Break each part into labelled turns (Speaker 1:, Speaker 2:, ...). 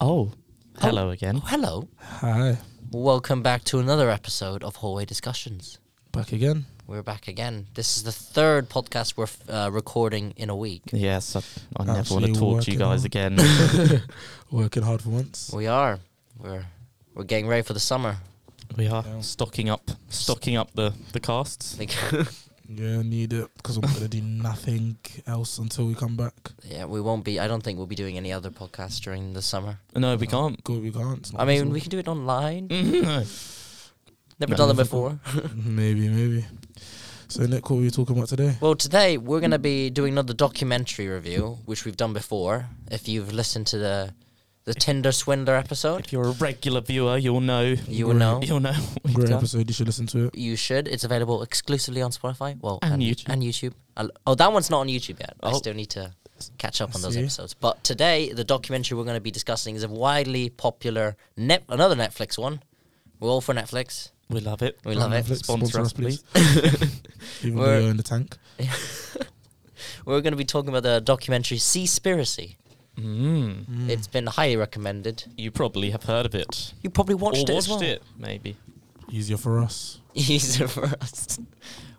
Speaker 1: Oh, hello again.
Speaker 2: Oh, hello.
Speaker 3: Hi,
Speaker 2: Welcome back to another episode of Hallway Discussions.
Speaker 3: back again.
Speaker 2: We're back again. This is the third podcast we're f- uh, recording in a week.
Speaker 1: Yes, I, I never want to
Speaker 3: Actually
Speaker 1: talk to you
Speaker 3: working
Speaker 1: guys
Speaker 3: on-
Speaker 1: again.
Speaker 3: Working hard for once.
Speaker 2: We are. We're we're getting ready for the summer.
Speaker 1: we are
Speaker 3: Yeah.
Speaker 1: stocking up, stocking up the the casts.
Speaker 2: Like,
Speaker 3: Yeah, need it because I'm gonna do nothing else until we come back.
Speaker 2: yeah, we won't be. I don't think we'll be doing any other podcasts during the summer.
Speaker 1: No, we can't.
Speaker 3: Go, we can't. It's not
Speaker 2: I mean,
Speaker 3: possible.
Speaker 2: we can do it online.
Speaker 1: No.
Speaker 2: Never
Speaker 1: No.
Speaker 2: done them before.
Speaker 3: maybe, maybe. So Nick, what were you talking about today?
Speaker 2: Well, today we're going to be doing another documentary review, which we've done before. If you've listened to the the Tinder Swindler episode,
Speaker 1: If you're a regular viewer, you'll know.
Speaker 2: you will know.
Speaker 1: You'll know. what we've
Speaker 3: Great
Speaker 1: done.
Speaker 3: episode. You should listen to it.
Speaker 2: You should. It's available exclusively on Spotify. Well,
Speaker 1: And YouTube.
Speaker 2: And YouTube. I'll- Oh, that one's not on YouTube yet. I
Speaker 1: Oh.
Speaker 2: still need to catch up
Speaker 3: I
Speaker 2: on those
Speaker 3: see.
Speaker 2: episodes. But today, the documentary we're going to be discussing is a widely popular net another Netflix one. We're all for Netflix.
Speaker 1: We love it.
Speaker 2: We love it.
Speaker 3: Netflix,
Speaker 1: Sponsor us, please.
Speaker 3: Even though
Speaker 2: We're-
Speaker 3: you're in the tank.
Speaker 2: We're going to be talking about the documentary Seaspiracy.
Speaker 1: Mm.
Speaker 2: It's been highly recommended.
Speaker 1: You probably have heard of it.
Speaker 2: You probably watched
Speaker 1: or
Speaker 2: it
Speaker 1: watched
Speaker 2: as well.
Speaker 1: it, maybe.
Speaker 3: Easier for us.
Speaker 2: Easier for us.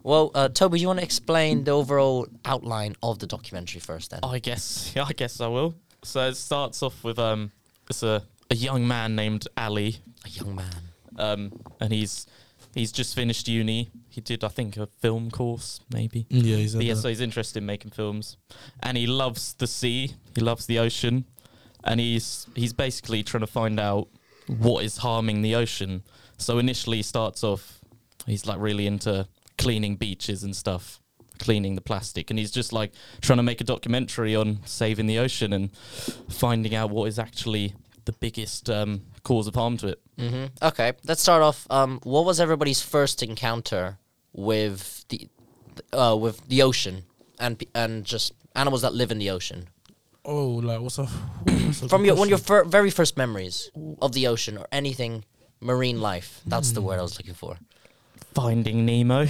Speaker 2: Well, uh, Toby, do you want to explain the overall outline of the documentary first, then?
Speaker 1: I guess. Yeah, I guess I will. So it starts off with um, it's a a young man named Ali
Speaker 2: A young man.
Speaker 1: um, and he's he's just finished uni. He did, I think, a film course, maybe.
Speaker 3: Yeah, he's
Speaker 1: But Mm, yeah, so he's interested in making films, and he loves the sea. He loves the ocean, and he's he's basically trying to find out what is harming the ocean. So initially, he starts off, he's like really into cleaning beaches and stuff, cleaning the plastic, and he's just like trying to make a documentary on saving the ocean and finding out what is actually the biggest um, cause of harm to it.
Speaker 2: hmm Okay, let's start off. Um, what was everybody's first encounter with the uh, with the ocean and pe- and just animals that live in the ocean?
Speaker 3: oh, like what's up?
Speaker 2: From your one of your fir- very first memories of the ocean or anything marine life. That's the word I was looking for.
Speaker 1: Finding Nemo.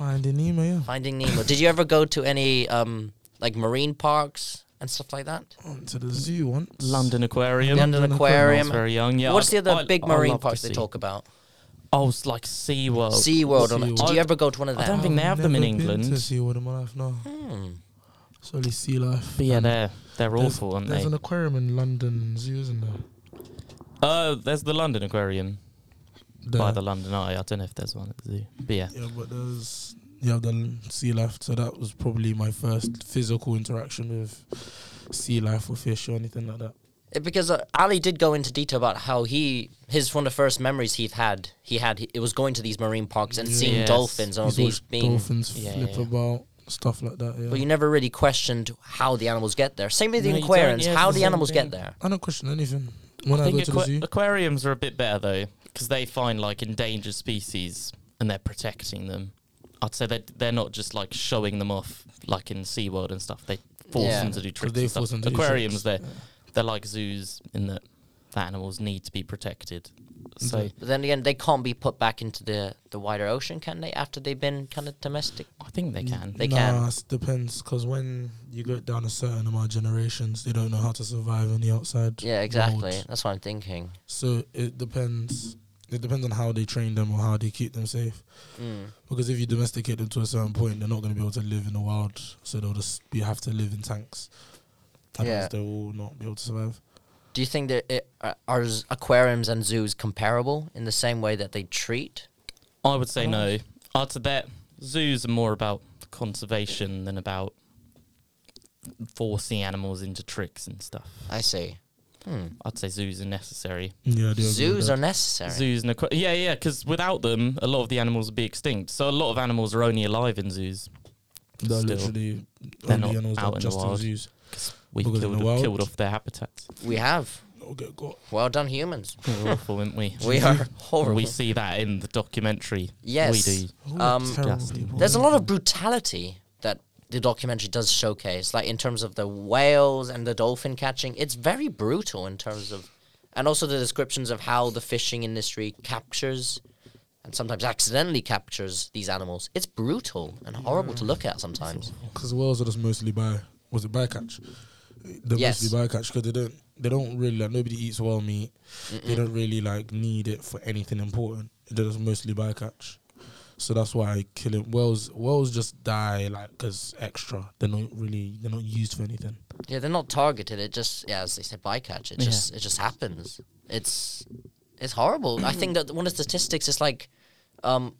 Speaker 3: Finding Nemo. Yeah.
Speaker 2: Finding Nemo. Did you ever go to any um like marine parks and stuff like that?
Speaker 3: Went to the zoo once.
Speaker 1: London Aquarium.
Speaker 2: London
Speaker 3: Aquarium.
Speaker 1: When I was
Speaker 2: Aquarium.
Speaker 1: very young. Yeah.
Speaker 2: What's the
Speaker 1: I-
Speaker 2: other
Speaker 1: I-
Speaker 2: big
Speaker 1: I
Speaker 2: marine
Speaker 1: love the
Speaker 2: parks they
Speaker 1: sea.
Speaker 2: talk about?
Speaker 1: Oh, it's like Sea World.
Speaker 2: Sea World.
Speaker 3: Sea
Speaker 2: or like- Did
Speaker 1: World.
Speaker 2: you ever go to one of
Speaker 1: I
Speaker 2: them?
Speaker 1: don't think they have them in
Speaker 3: Never been To
Speaker 1: England.
Speaker 3: sea world in my life. No,
Speaker 2: Hmm.
Speaker 3: it's only sea life.
Speaker 1: But yeah,
Speaker 3: And
Speaker 1: they're they're
Speaker 3: Um, there's-
Speaker 1: awful, aren't
Speaker 3: There's
Speaker 1: they?
Speaker 3: an aquarium in London Zoo, isn't there?
Speaker 1: uh, there's the London Aquarium by
Speaker 3: There.
Speaker 1: the London Eye. I don't know if there's one at the zoo. But yeah.
Speaker 3: Yeah, but there's yeah the sea life. So that was probably my first physical interaction with sea life or fish or anything like that.
Speaker 2: It- because uh, Ali did go into detail about how he his one of the first memories he'd had he had he, it was going to these marine parks and seeing
Speaker 1: Yes.
Speaker 2: dolphins and all
Speaker 3: He's
Speaker 2: these
Speaker 3: watched
Speaker 2: being
Speaker 3: dolphins
Speaker 1: Oh, yeah,
Speaker 3: flip
Speaker 1: yeah, yeah.
Speaker 3: about stuff like that. Yeah.
Speaker 2: but you never really questioned how the animals get there same with the
Speaker 1: No, you don't,
Speaker 2: aquariums
Speaker 1: yeah,
Speaker 2: how
Speaker 1: it's the
Speaker 2: the
Speaker 1: same
Speaker 2: animals
Speaker 1: thing.
Speaker 2: get there
Speaker 3: I don't question anything when I,
Speaker 1: I
Speaker 3: go
Speaker 1: think
Speaker 3: to the
Speaker 1: aqua-
Speaker 3: zoo.
Speaker 1: aquariums are a bit better though, because they find like endangered species and they're protecting them. I'd say that they're not just like showing them off like in SeaWorld and stuff. They force
Speaker 2: Yeah.
Speaker 1: them to do tricks.
Speaker 3: they
Speaker 1: and stuff.
Speaker 3: force them to do
Speaker 1: Aquariums,
Speaker 3: tricks,
Speaker 1: they're they're like zoos in that the animals need to be protected. So
Speaker 2: but then again they can't be put back into the the wider ocean can they after they've been kind of domestic
Speaker 1: I think
Speaker 3: Mm.
Speaker 1: they can.
Speaker 2: They
Speaker 3: nah,
Speaker 2: can.
Speaker 3: it depends because when you go down a certain amount of generations, they don't know how to survive in the outside.
Speaker 2: yeah exactly
Speaker 3: world.
Speaker 2: that's what i'm thinking
Speaker 3: So it depends. It depends on how they train them or how they keep them safe.
Speaker 2: mm.
Speaker 3: Because if you domesticate them to a certain point, they're not going to be able to live in the wild, so they'll just you have to live in tanks. Otherwise,
Speaker 2: Yeah.
Speaker 3: they will not be able to survive.
Speaker 2: do you think that it, are- are z- aquariums and zoos comparable in the same way that they treat
Speaker 1: I would say no. I'd say that zoos are more about conservation than about forcing animals into tricks and stuff.
Speaker 2: i see hmm.
Speaker 1: I'd say zoos are necessary.
Speaker 3: Yeah, I do agree with
Speaker 2: zoos
Speaker 3: that.
Speaker 2: are necessary
Speaker 1: Zoos and aqua- yeah, yeah, because without them, a lot of the animals would be extinct. So a lot of animals are only alive in zoos.
Speaker 3: They're
Speaker 1: still-
Speaker 3: literally
Speaker 1: they're
Speaker 3: only
Speaker 1: not
Speaker 3: animals
Speaker 1: out
Speaker 3: that
Speaker 1: in the
Speaker 3: just in
Speaker 1: wild.
Speaker 3: zoos.
Speaker 1: Because we
Speaker 3: Because in
Speaker 1: killed,
Speaker 3: the wild-
Speaker 1: killed off their habitats.
Speaker 2: we have
Speaker 3: They'll Oh, get got.
Speaker 2: Well done, humans.
Speaker 1: We're awful, aren't we?
Speaker 2: We are
Speaker 1: And
Speaker 2: horrible.
Speaker 1: we see that in the documentary.
Speaker 2: Yes.
Speaker 1: We do.
Speaker 2: Um,
Speaker 3: Who are oh, terrible
Speaker 1: Justin.
Speaker 3: people?
Speaker 2: There's a lot of brutality that the documentary does showcase, like in terms of the whales and the dolphin catching. It's very brutal in terms of, and also the descriptions of how the fishing industry captures and sometimes accidentally captures these animals. It's brutal and horrible to look at sometimes.
Speaker 3: Because whales are just mostly by was it bycatch? the
Speaker 2: Yes.
Speaker 3: mostly bycatch because they don't they don't really like nobody eats well meat. They don't really like need it for anything important. They're just mostly bycatch. So that's why I kill it. Whales whales just die like because extra. They're not really they're not used for anything.
Speaker 2: Yeah, they're not targeted. It just yeah, as they said, bycatch. It
Speaker 1: Yeah.
Speaker 2: just it just happens. It's it's horrible. I think that one of the statistics is like, um,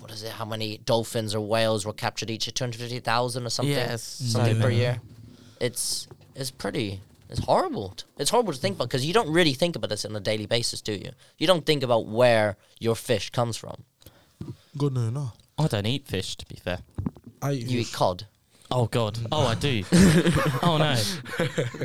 Speaker 2: what is it? How many dolphins or whales were captured each? Two hundred fifty thousand or something.
Speaker 1: Yes.
Speaker 2: something per
Speaker 3: Yeah.
Speaker 2: year. It's it's pretty. It's horrible. t- It's horrible to think about because you don't really think about this on a daily basis, do you? You don't think about where your fish comes from.
Speaker 3: Good no no.
Speaker 1: I don't eat fish, to be fair.
Speaker 3: I
Speaker 2: You eat cod.
Speaker 1: Oh God! Oh, I do. oh no!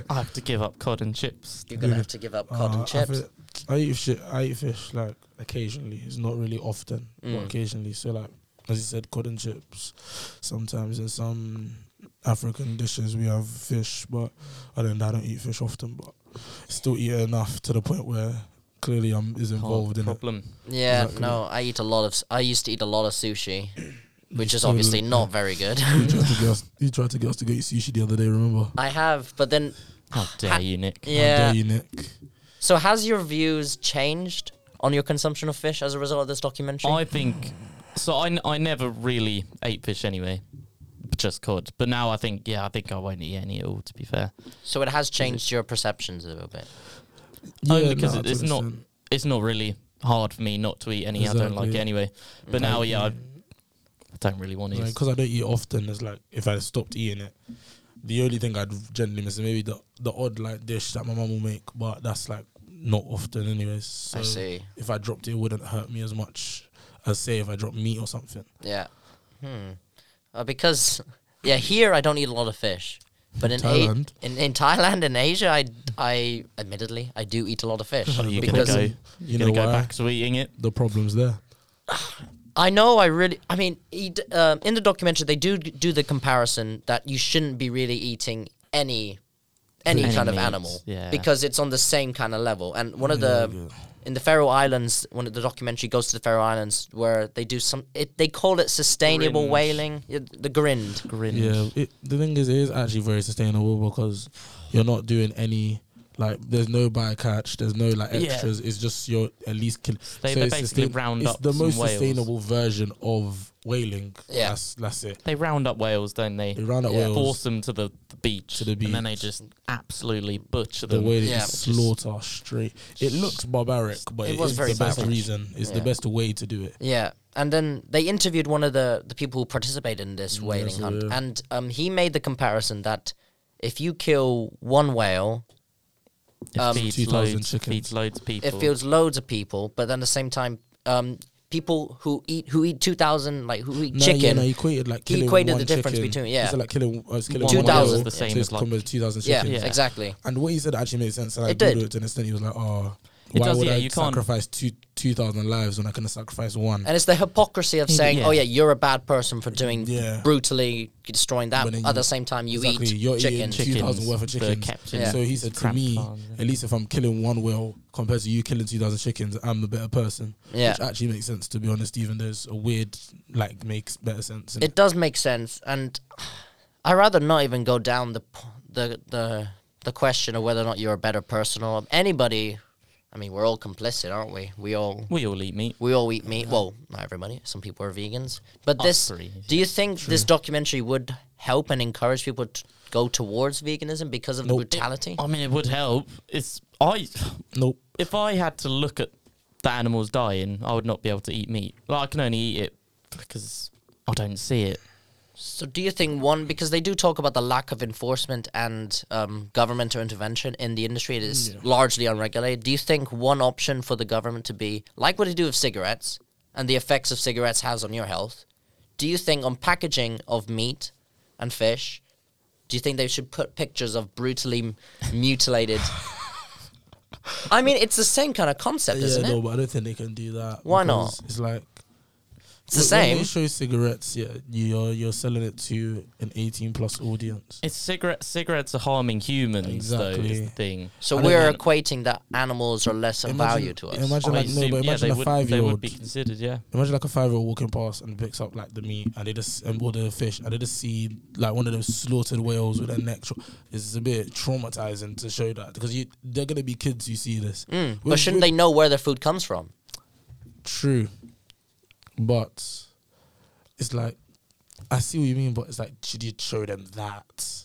Speaker 1: I have to give up cod and chips.
Speaker 2: You're gonna
Speaker 3: Yeah.
Speaker 2: have to give up cod and
Speaker 3: Uh, I,
Speaker 2: chips.
Speaker 3: feel- I eat shit. I eat fish like occasionally. It's not really often,
Speaker 1: Mm.
Speaker 3: but occasionally. So like as you said, cod and chips. Sometimes in some African dishes we have fish, but other than that, I don't eat fish often. But still eat it enough to the point where clearly I'm is involved in it.
Speaker 1: problem.
Speaker 2: Yeah,
Speaker 3: Exactly.
Speaker 2: no, I eat a lot of. s- I used to eat a lot of sushi, which is
Speaker 3: So-
Speaker 2: obviously not very good.
Speaker 3: You tried to get us. You tried to get us to go eat sushi the other day. Remember?
Speaker 2: I have, but then
Speaker 1: How dare you, Nick?
Speaker 3: How
Speaker 2: yeah.
Speaker 3: dare you, Nick?
Speaker 2: So has your views changed on your consumption of fish as a result of this documentary?
Speaker 1: I think so. I, n- I never really ate fish anyway, just cod. But now I think yeah, I think I won't eat any at all. To be fair,
Speaker 2: so it has changed your perceptions a little bit.
Speaker 1: Only
Speaker 3: Yeah,
Speaker 1: because
Speaker 3: nah,
Speaker 1: it-
Speaker 3: to
Speaker 1: it's
Speaker 3: an
Speaker 1: not-
Speaker 3: extent.
Speaker 1: it's not really hard for me not to eat any. I don't like it
Speaker 3: Exactly.
Speaker 1: anyway. But now yeah, I, I don't really want to. eat.
Speaker 3: because I don't eat often. It's like if I stopped eating it, the only thing I'd generally miss is maybe the the odd like dish that my mum will make, but that's like not often, anyways. So
Speaker 2: I see.
Speaker 3: If I dropped it, it wouldn't hurt me as much as say if I dropped meat or something.
Speaker 2: Yeah. Hmm. Uh, because yeah, here I don't eat a lot of fish, but in A-
Speaker 3: Thailand?
Speaker 2: in, in Thailand and Asia, I I admittedly I do eat a lot of fish
Speaker 1: Are you gonna
Speaker 2: because
Speaker 1: go?
Speaker 3: You
Speaker 1: gonna
Speaker 3: know
Speaker 1: go
Speaker 3: why?
Speaker 1: back to eating it?
Speaker 3: The problem's there.
Speaker 2: I know I really I mean eat, um, in the documentary they do do the comparison that you shouldn't be really eating any any
Speaker 1: Any
Speaker 2: kind of
Speaker 1: meat,
Speaker 2: animal
Speaker 1: yeah.
Speaker 2: because it's on the same kind of level and one of
Speaker 3: Yeah,
Speaker 2: the
Speaker 3: yeah.
Speaker 2: in the Faroe Islands one of the documentary goes to the Faroe Islands where they do some it, they call it sustainable
Speaker 1: Grind.
Speaker 2: whaling Yeah, the grind
Speaker 1: Grin.
Speaker 3: Yeah, it, the thing is, it is actually very sustainable because you're not doing any like. There's no bycatch. There's no like
Speaker 1: Yeah.
Speaker 3: extras. It's just you're at least kill.
Speaker 1: They- they
Speaker 3: it's
Speaker 1: basically
Speaker 3: sustain-
Speaker 1: round
Speaker 3: it's
Speaker 1: up
Speaker 3: the
Speaker 1: some
Speaker 3: most
Speaker 1: whales.
Speaker 3: sustainable version of whaling.
Speaker 2: Yeah.
Speaker 3: that's, that's it.
Speaker 1: They round up whales, don't they?
Speaker 3: They round up
Speaker 2: Yeah.
Speaker 3: whales.
Speaker 1: Force them to the, the beach,
Speaker 3: To the
Speaker 1: and then they
Speaker 3: beach.
Speaker 1: just absolutely butcher
Speaker 3: the
Speaker 1: them.
Speaker 3: way they
Speaker 2: Yeah.
Speaker 3: just slaughter straight. It looks barbaric, but
Speaker 2: It
Speaker 3: it,
Speaker 2: was
Speaker 3: is
Speaker 2: very
Speaker 3: the best
Speaker 2: savage.
Speaker 3: reason. It's
Speaker 2: Yeah.
Speaker 3: the best way to do it.
Speaker 2: Yeah, and then they interviewed one of the the people who participated in this whaling
Speaker 3: so,
Speaker 2: hunt,
Speaker 3: yeah.
Speaker 2: and um, he made the comparison that if you kill one whale,
Speaker 1: It
Speaker 2: Um,
Speaker 1: feeds,
Speaker 3: 2,000
Speaker 1: loads,
Speaker 3: chickens.
Speaker 1: feeds loads of people.
Speaker 2: it feels loads of people, but then at the same time, um, people who eat who eat two thousand like who eat
Speaker 3: No,
Speaker 2: chicken,
Speaker 3: yeah, no, he equated like
Speaker 2: He
Speaker 3: killing
Speaker 2: equated
Speaker 3: one
Speaker 2: the difference
Speaker 3: chicken.
Speaker 2: between- yeah.
Speaker 3: He said, like killing, uh, it's killing
Speaker 1: One
Speaker 3: one
Speaker 2: 2,000
Speaker 3: whale
Speaker 2: is the
Speaker 1: same
Speaker 3: to
Speaker 1: as, like-
Speaker 3: come with two thousand
Speaker 2: yeah,
Speaker 3: chickens.
Speaker 1: Yeah.
Speaker 2: exactly.
Speaker 3: And the way he said it actually made sense. And I
Speaker 2: It
Speaker 3: Googled
Speaker 2: did.
Speaker 3: it to an extent. He was like, "Oh,
Speaker 1: It
Speaker 3: why
Speaker 1: does,
Speaker 3: would
Speaker 1: yeah,
Speaker 3: I
Speaker 1: you can't-
Speaker 3: sacrifice two two thousand lives when I can sacrifice one?"
Speaker 2: And it's the hypocrisy of
Speaker 1: Yeah,
Speaker 2: saying,
Speaker 1: yeah.
Speaker 2: "Oh yeah, you're a bad person for doing
Speaker 3: Yeah.
Speaker 2: brutally destroying that."
Speaker 3: But then
Speaker 2: at
Speaker 3: you-
Speaker 2: the same time, you
Speaker 3: exactly,
Speaker 2: eat
Speaker 3: you're
Speaker 2: chicken.
Speaker 3: eating two thousand worth of
Speaker 1: Chickens, they're
Speaker 3: chickens.
Speaker 1: kept
Speaker 2: in-
Speaker 3: So he said to
Speaker 1: Crab
Speaker 3: me,
Speaker 1: farms, yeah.
Speaker 3: at least if I'm killing one whale compared to you killing two thousand chickens, I'm the better person.
Speaker 2: Yeah.
Speaker 3: which actually makes sense to be honest. Even there's a weird like makes better sense. in
Speaker 2: It does make sense, and I rather not even go down the p- the the the question of whether or not you're a better person or anybody. I mean, we're all complicit, aren't we? We all
Speaker 1: we all eat meat.
Speaker 2: we all eat meat. Well, not everybody. Some people are vegans, but
Speaker 1: Us
Speaker 2: this.
Speaker 1: three,
Speaker 2: Do you think this documentary would help and encourage people to go towards veganism because of the brutality?
Speaker 1: I mean, it would help. It's I.
Speaker 3: Nope.
Speaker 1: If I had to look at the animals dying, I would not be able to eat meat. Like, I can only eat it because I don't see it.
Speaker 2: So, do you think one because they do talk about the lack of enforcement and um, governmental intervention in the industry? It is largely unregulated. Do you think one option for the government to be like what they do with cigarettes and the effects of cigarettes has on your health? Do you think on packaging of meat and fish, do you think they should put pictures of brutally m- mutilated? I mean, it's the same kind of concept,
Speaker 3: yeah,
Speaker 2: isn't
Speaker 3: no,
Speaker 2: it?
Speaker 3: but I don't think they can do that.
Speaker 2: Why
Speaker 3: because It's like
Speaker 2: It's the
Speaker 3: When- when
Speaker 2: same.
Speaker 3: they show cigarettes, yeah, you're you're selling it to an 18 plus audience.
Speaker 1: It's cigarette. Cigarettes are harming humans, though. Is
Speaker 3: Exactly.
Speaker 1: the thing.
Speaker 2: So
Speaker 1: I don't
Speaker 2: we're
Speaker 1: know.
Speaker 2: equating that animals are less of value to us.
Speaker 3: Imagine like no,
Speaker 1: Obviously,
Speaker 3: but
Speaker 1: yeah,
Speaker 3: imagine
Speaker 1: they
Speaker 3: a
Speaker 1: would,
Speaker 3: five year
Speaker 1: They would
Speaker 3: old.
Speaker 1: be considered. Yeah.
Speaker 3: Imagine like a five year old walking past and picks up like the meat and they just and all the fish and they just see like one of those slaughtered whales with their neck. Tra- it's a bit traumatizing to show that because you they're gonna be kids who see this.
Speaker 2: Mm, but
Speaker 3: With-
Speaker 2: shouldn't
Speaker 3: with-
Speaker 2: they know where their food comes from?
Speaker 3: True, but it's like I see what you mean, but it's like should you show them that?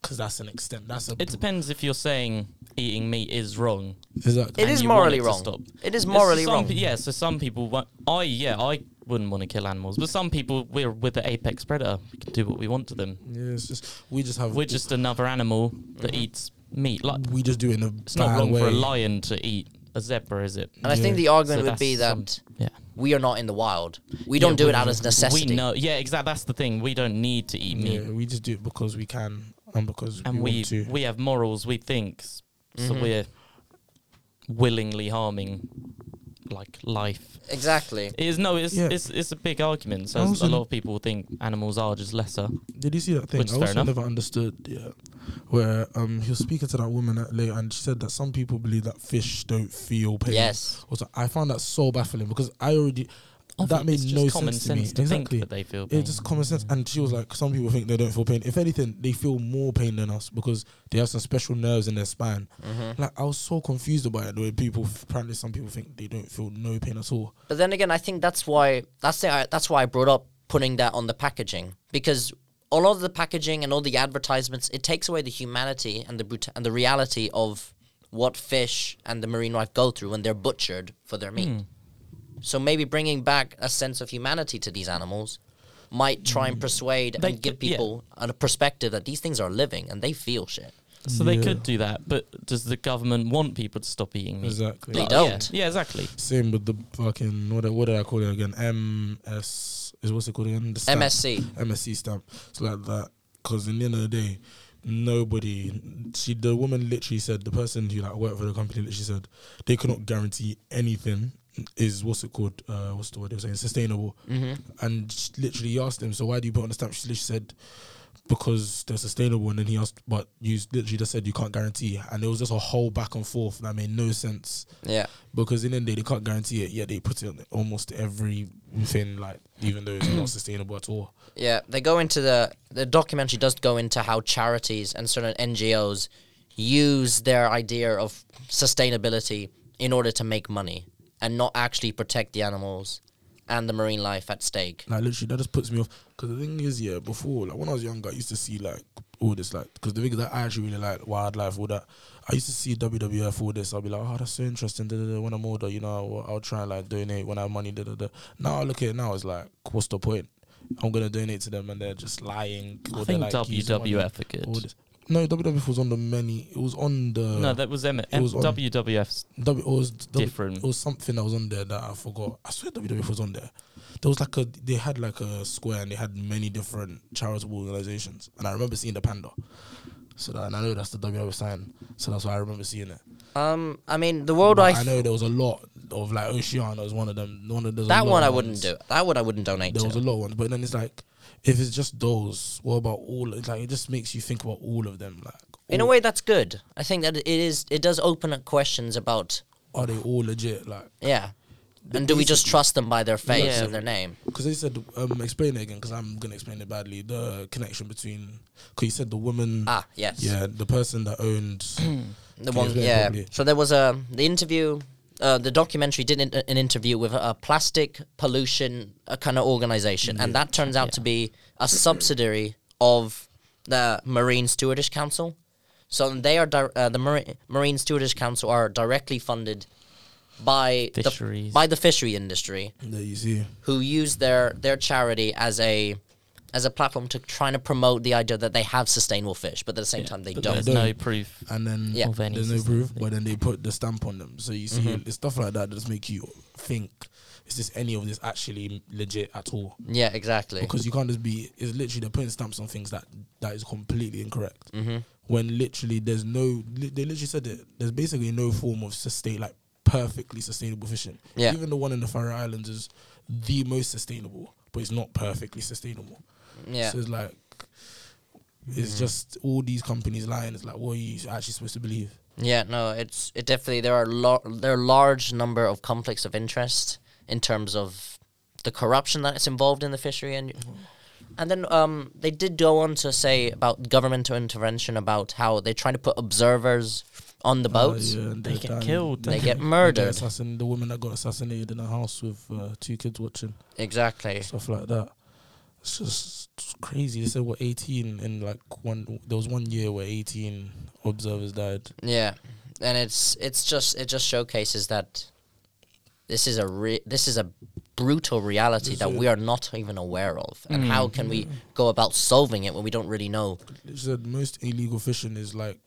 Speaker 3: Because that's an extent. That's a
Speaker 1: It depends if you're saying eating meat is wrong.
Speaker 3: Is that
Speaker 2: It
Speaker 1: and
Speaker 2: is
Speaker 1: you want
Speaker 2: morally
Speaker 1: it to
Speaker 2: wrong.
Speaker 1: stop.
Speaker 2: It is
Speaker 1: So
Speaker 2: morally
Speaker 1: some
Speaker 2: wrong.
Speaker 1: pe- yeah. So some people. wa- I yeah. I wouldn't want to kill animals, but some people we're with the apex predator. We can do what we want to them.
Speaker 3: Yeah, it's just we just have
Speaker 1: We're just another animal that
Speaker 2: Mm-hmm.
Speaker 1: eats meat. Like
Speaker 3: we just do it in a
Speaker 1: it's not
Speaker 3: bad
Speaker 1: wrong
Speaker 3: way.
Speaker 1: for a lion to eat a zebra, is it?
Speaker 2: And I think
Speaker 3: Yeah.
Speaker 2: the argument
Speaker 1: So
Speaker 2: would be
Speaker 1: that's some-
Speaker 2: that
Speaker 1: Yeah.
Speaker 2: we are not in the wild. We don't do it out of necessity.
Speaker 1: We know. Yeah. Exactly. That's the thing. We don't need to eat meat,
Speaker 3: Yeah, we just do it because we can and because
Speaker 1: and
Speaker 3: we,
Speaker 1: we
Speaker 3: want to.
Speaker 1: we have morals. We think, s- so.
Speaker 2: Mhm.
Speaker 1: We're willingly harming like life.
Speaker 2: Exactly.
Speaker 1: It Is no, it's
Speaker 3: Yeah.
Speaker 1: it's it's a big argument. So
Speaker 3: I
Speaker 1: a
Speaker 3: also-
Speaker 1: lot of people think animals are just lesser.
Speaker 3: Did you see that thing?
Speaker 1: Which is
Speaker 3: I
Speaker 1: fair
Speaker 3: also
Speaker 1: enough.
Speaker 3: never understood. Yeah, where um he was speaking to that woman at late, and she said that some people believe that fish don't feel pain.
Speaker 2: Yes.
Speaker 3: Also, I found that so baffling because I already that made
Speaker 1: It's just
Speaker 3: no
Speaker 1: common
Speaker 3: sense to me.
Speaker 1: sense to
Speaker 3: exactly.
Speaker 1: think that they feel. pain.
Speaker 3: it's just common sense, and she was like, "Some people think they don't feel pain. If anything, they feel more pain than us because they have some special nerves in their spine."
Speaker 1: Mm-hmm.
Speaker 3: Like I was so confused about it. The way people apparently some people think they don't feel no pain at all.
Speaker 2: But then again, I think that's why that's the, I- that's why I brought up putting that on the packaging because a lot of the packaging and all the advertisements it takes away the humanity and the brut- and the reality of what fish and the marine life go through when they're butchered for their meat. So maybe bringing back a sense of humanity to these animals might try and persuade
Speaker 1: They
Speaker 2: and give
Speaker 1: could- yeah.
Speaker 2: people a perspective that these things are living and they feel shit.
Speaker 1: So they
Speaker 3: Yeah.
Speaker 1: could do that, but does the government want people to stop eating meat?
Speaker 3: Exactly.
Speaker 2: They
Speaker 1: Like,
Speaker 2: don't.
Speaker 1: Yeah, yeah, exactly.
Speaker 3: Same with the fucking what, what did I call it again? MS is what's it called again? The stamp.
Speaker 2: MSC.
Speaker 3: MSC stamp. It's like that because in the end of the day, nobody. She the woman literally said the person who like worked for the company literally said they could not guarantee anything is what's it called? Uh, what's the word they were saying? Sustainable. And she literally asked him, so why do you put on the stamp? She literally said. Because they're sustainable, and then he asked, but you literally just said you can't guarantee, and it was just a whole back and forth that made no sense
Speaker 2: Yeah.
Speaker 3: because in the end they, they can't guarantee it. Yeah, they put it on almost everything, like even though it's not sustainable at all.
Speaker 2: Yeah, they go into the the documentary does go into how charities and certain NGOs use their idea of sustainability in order to make money and not actually protect the animals and the marine life at stake.
Speaker 3: Like literally, that just puts me off. Because the thing is, yeah, before like when I was younger, I used to see like all this, like because the thing is, that I actually really like wildlife, all that. I used to see WWF all this. I'll be like, oh, that's so interesting. Da, da, da. When I'm older, you know, I'll, I'll try and like donate when I have money. Da, da, da. Now I look at it now, it's like, what's the point? I'm gonna donate to them, and they're just lying. or
Speaker 1: I
Speaker 3: they're,
Speaker 1: think
Speaker 3: like, using money,
Speaker 1: WWF are
Speaker 3: all
Speaker 1: good.
Speaker 3: this. No, WWF was on the many. It was on the
Speaker 1: No, that was M.
Speaker 3: it was on-
Speaker 1: WWF's
Speaker 3: W, it was w,
Speaker 1: Different.
Speaker 3: It was something that was on there that I forgot. I swear WWF was on there. There was like a they had like a square and they had many different charitable organizations, and I remember seeing the panda. So that and I know that's the WWF sign. So that's why I remember seeing it.
Speaker 2: Um, I mean, the world
Speaker 3: But
Speaker 2: life
Speaker 3: I know there was a lot of like Oceana was one of them. One of those.
Speaker 2: that one I wouldn't do. That one I wouldn't donate
Speaker 3: There was a
Speaker 2: to.
Speaker 3: lot of ones, but then it's like if it's just those, what about all? It's like it just makes you think about all of them. Like
Speaker 2: In a
Speaker 3: all-
Speaker 2: way, that's good. I think that it is. It does open up questions about
Speaker 3: are they all legit? Like
Speaker 2: yeah, and do we just trust them by their face
Speaker 1: Yeah.
Speaker 2: and their name?
Speaker 3: Because they said, um, explain it again, because I'm going to explain it badly. The connection between, because you said the woman,
Speaker 2: Ah, yes.
Speaker 3: yeah, the person that owned,
Speaker 2: The
Speaker 3: Can you
Speaker 2: one,
Speaker 3: explain
Speaker 2: yeah.
Speaker 3: properly?
Speaker 2: So there was a the interview. Uh, the documentary did an, an interview with a, a plastic pollution uh kind of organization, and that turns out to be a subsidiary of the Marine Stewardess Council. So they are di- uh, the Mari- Marine Stewardess Council are directly funded by the,
Speaker 1: Fisheries.
Speaker 2: by the fishery industry,
Speaker 3: there you see,
Speaker 2: who use their their charity as a as a platform to trying to promote the idea that they have sustainable fish, but at the same time they
Speaker 1: But
Speaker 2: don't.
Speaker 1: There's
Speaker 3: They don't.
Speaker 1: no proof.
Speaker 3: and then
Speaker 2: Yeah. Mm-hmm.
Speaker 1: Of any
Speaker 3: there's no
Speaker 1: system,
Speaker 3: proof,
Speaker 1: yeah.
Speaker 3: but then they put the stamp on them. So you see, it's stuff like that that just make you think, is this any of this actually legit at all?
Speaker 2: Yeah, exactly.
Speaker 3: Because you can't just be, it's literally they're putting stamps on things that that is completely incorrect.
Speaker 2: Mm-hmm.
Speaker 3: When literally there's no, li- they literally said it, there's basically no form of sustain, like, perfectly sustainable fishing.
Speaker 2: Yeah.
Speaker 3: Even the one in the Faroe Islands is the most sustainable, but it's not perfectly sustainable.
Speaker 2: Yeah.
Speaker 3: So it's like
Speaker 1: Mm-hmm.
Speaker 3: it's just all these companies lying. It's like what are you actually supposed to believe?
Speaker 2: Yeah, no, it's it definitely there are lo- there are large number of conflicts of interest in terms of the corruption that is involved in the fishery and
Speaker 3: Mm-hmm.
Speaker 2: and then um they did go on to say about governmental intervention about how they're trying to put observers on the boats.
Speaker 3: Uh, yeah, and
Speaker 1: They
Speaker 3: they're
Speaker 1: get
Speaker 3: dying.
Speaker 1: killed.
Speaker 2: They get
Speaker 3: And they're
Speaker 2: murdered.
Speaker 3: assassin- the woman that got assassinated in her house with uh, two kids watching
Speaker 2: Exactly.
Speaker 3: stuff like that. It's just it's crazy. They said what eighteen in like one. There was one year where eighteen observers died.
Speaker 2: Yeah. And it's it's just it just showcases that this is a re- this is a brutal reality
Speaker 3: This
Speaker 2: that
Speaker 3: is- Mm-hmm.
Speaker 2: we are not even aware of. And how can we go about solving it when we don't really know?
Speaker 3: They said most illegal fishing is like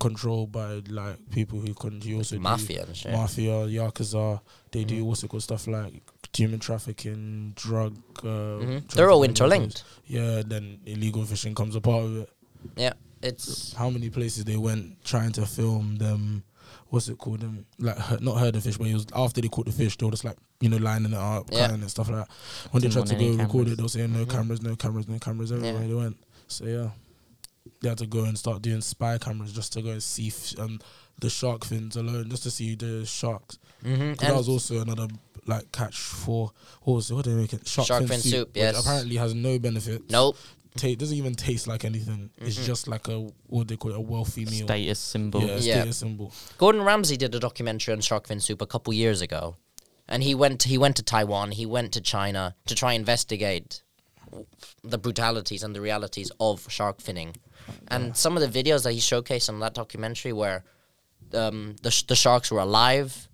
Speaker 3: controlled by like people who can you also do
Speaker 2: Mafia Mm-hmm. and shit.
Speaker 3: mafia, yakuza. They do what's it called stuff like human trafficking, drug.
Speaker 2: Mhm.
Speaker 3: Uh, trafficking,
Speaker 2: They're all
Speaker 3: those.
Speaker 2: interlinked.
Speaker 3: Yeah, then illegal fishing comes a part of it.
Speaker 2: Yeah, it's
Speaker 3: How many places they went trying to film them? What's it called? Them like her- not herd of fish, but it was after they caught the fish, they were just like you know lining it up,
Speaker 2: Yeah.
Speaker 3: crying and stuff like that. When they
Speaker 1: Didn't
Speaker 3: tried to
Speaker 1: want
Speaker 3: go
Speaker 1: any
Speaker 3: record
Speaker 1: cameras.
Speaker 3: it, they were saying no cameras, no cameras, no cameras everywhere
Speaker 2: Mm-hmm. Yeah.
Speaker 3: they went. So yeah, they had to go and start doing spy cameras just to go and see f- um, the shark fins alone, just to see the sharks.
Speaker 2: hmm
Speaker 3: 'Cause that was also another like catch for what was it? What do they make it?
Speaker 2: Shark fin soup,
Speaker 3: which
Speaker 2: yes.
Speaker 3: apparently has no benefits
Speaker 2: nope.
Speaker 3: ta- doesn't even taste like anything. It's just like a what they call it, a wealthy meal.
Speaker 1: Status symbol.
Speaker 3: Yeah,
Speaker 2: Mm-hmm. Yeah.
Speaker 3: status symbol.
Speaker 2: Gordon Ramsay did a documentary on shark fin soup a couple years ago, and he went he went to Taiwan, he went to China to try and investigate the brutalities and the realities of shark finning, and some of the videos that he showcased on that documentary where um, the sh- the sharks were alive,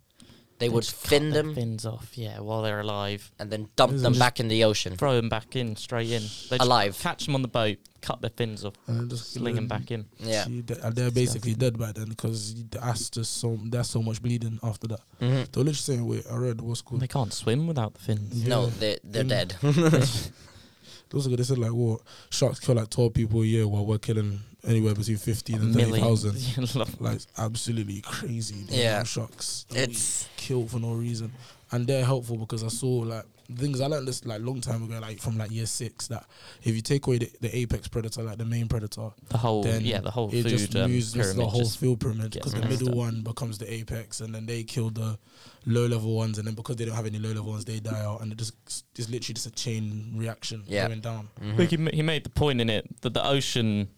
Speaker 2: they would
Speaker 1: Just cut
Speaker 2: fin
Speaker 1: their
Speaker 2: them
Speaker 1: Fins off, yeah, while they're alive.
Speaker 2: and then dump them
Speaker 3: Just-
Speaker 2: back in the ocean.
Speaker 1: Throw them back in, straight in. They just
Speaker 2: Alive.
Speaker 1: Catch them on the boat, cut their fins off,
Speaker 3: And then just
Speaker 1: sling them back in.
Speaker 2: Yeah.
Speaker 3: See, they- and they're basically dead by then because that's just so there's so much bleeding after that.
Speaker 2: Mhm.
Speaker 3: They're literally saying, "Wait, I read what's called."
Speaker 1: They can't swim without the fins.
Speaker 2: No,
Speaker 3: Yeah.
Speaker 2: they they're
Speaker 3: Mm.
Speaker 2: dead.
Speaker 3: Those are they said like what sharks kill like twelve people a year while we're killing anywhere between fifteen and thirty thousand. Like it's absolutely crazy. the
Speaker 2: Yeah.
Speaker 3: amount of sharks. that we
Speaker 2: It's-
Speaker 3: kill for no reason, and they're helpful because I saw like things I learned this like long time ago, like from like year six, that if you take away the, the apex predator, like the main predator,
Speaker 1: the whole,
Speaker 3: then
Speaker 1: yeah, the whole
Speaker 3: it
Speaker 1: food
Speaker 3: just
Speaker 1: um,
Speaker 3: moves just
Speaker 1: pyramid.
Speaker 3: the whole
Speaker 1: just-
Speaker 3: field pyramid
Speaker 1: gets
Speaker 3: because the
Speaker 1: messed
Speaker 3: middle
Speaker 1: up.
Speaker 3: one becomes the apex, and then they kill the low level ones, and then because they don't have any low level ones, they die out, and it just it's literally just a chain reaction
Speaker 2: Yeah.
Speaker 3: going down.
Speaker 2: Mm-hmm.
Speaker 1: I think he, ma- he made the point in it that the ocean,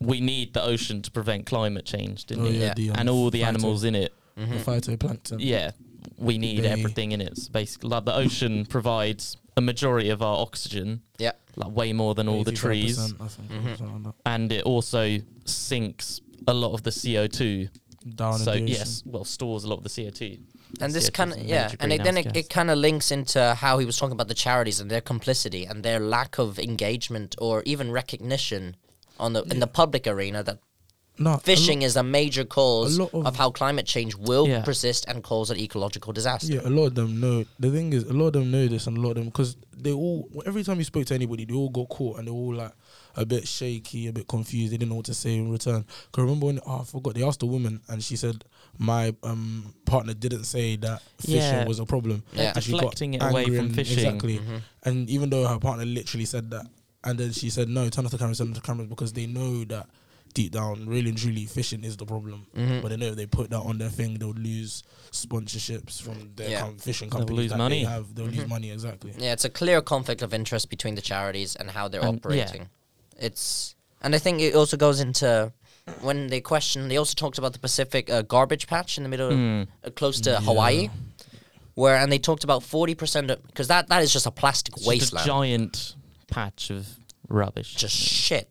Speaker 1: we need the ocean to prevent climate change, didn't
Speaker 3: Oh,
Speaker 1: he?
Speaker 2: yeah.
Speaker 3: the, um,
Speaker 1: And all the
Speaker 3: phyto-
Speaker 1: animals in it,
Speaker 3: the phytoplankton.
Speaker 1: Mm-hmm. yeah, we need
Speaker 3: They-
Speaker 1: everything in it. So basically, like the ocean provides a majority of our oxygen,
Speaker 2: yeah,
Speaker 1: like way more than all the trees, Mm-hmm.
Speaker 3: 85%, I think, something like
Speaker 1: and it also sinks a lot of the CO two.
Speaker 3: that. Down
Speaker 1: So
Speaker 3: in the ocean.
Speaker 1: yes, well, stores a lot of the CO two.
Speaker 2: and this
Speaker 1: CO2 is
Speaker 2: kind of
Speaker 1: a
Speaker 2: yeah,
Speaker 1: major
Speaker 2: and it, then
Speaker 1: greenhouse
Speaker 2: it, it kind of links into how he was talking about the charities and their complicity and their lack of engagement or even recognition on the in the public arena that
Speaker 3: No, a lot-
Speaker 2: fishing is a major cause
Speaker 3: a
Speaker 2: of,
Speaker 3: lot of-
Speaker 2: how climate change will
Speaker 1: Yeah.
Speaker 2: persist and cause an ecological disaster.
Speaker 3: Yeah, a lot of them know. The thing is, a lot of them know this, and a lot of them because they all. Every time you spoke to anybody, they all got caught, and they all like a bit shaky, a bit confused. They didn't know what to say in return. Cause remember when oh, I forgot, they asked a woman, and she said, "My um partner didn't say that fishing
Speaker 1: Yeah.
Speaker 3: was a problem."
Speaker 2: They're
Speaker 3: And she got
Speaker 1: deflecting it away
Speaker 3: angry
Speaker 1: from
Speaker 3: and-
Speaker 1: fishing.
Speaker 3: Exactly. Mm-hmm. And even though her partner literally said that, and then she said, "No, turn off the cameras, turn off the cameras," because they know that. Deep down, really and truly, fishing is the problem. But they know if they put that on their thing, they'll lose sponsorships from their
Speaker 2: Yeah.
Speaker 3: com- fishing companies
Speaker 1: lose
Speaker 3: that
Speaker 1: money.
Speaker 3: They have, they'll lose money exactly.
Speaker 2: Yeah, it's a clear conflict of interest between the charities and how they're
Speaker 1: And- yeah.
Speaker 2: operating. It's and I think it also goes into when they question. They also talked about the Pacific uh, garbage patch in the middle,
Speaker 1: Hmm.
Speaker 2: uh, close to Hawaii, where and they talked about forty percent because that that is just a plastic
Speaker 1: It's just
Speaker 2: wasteland,
Speaker 1: a giant patch of rubbish.
Speaker 2: just shit.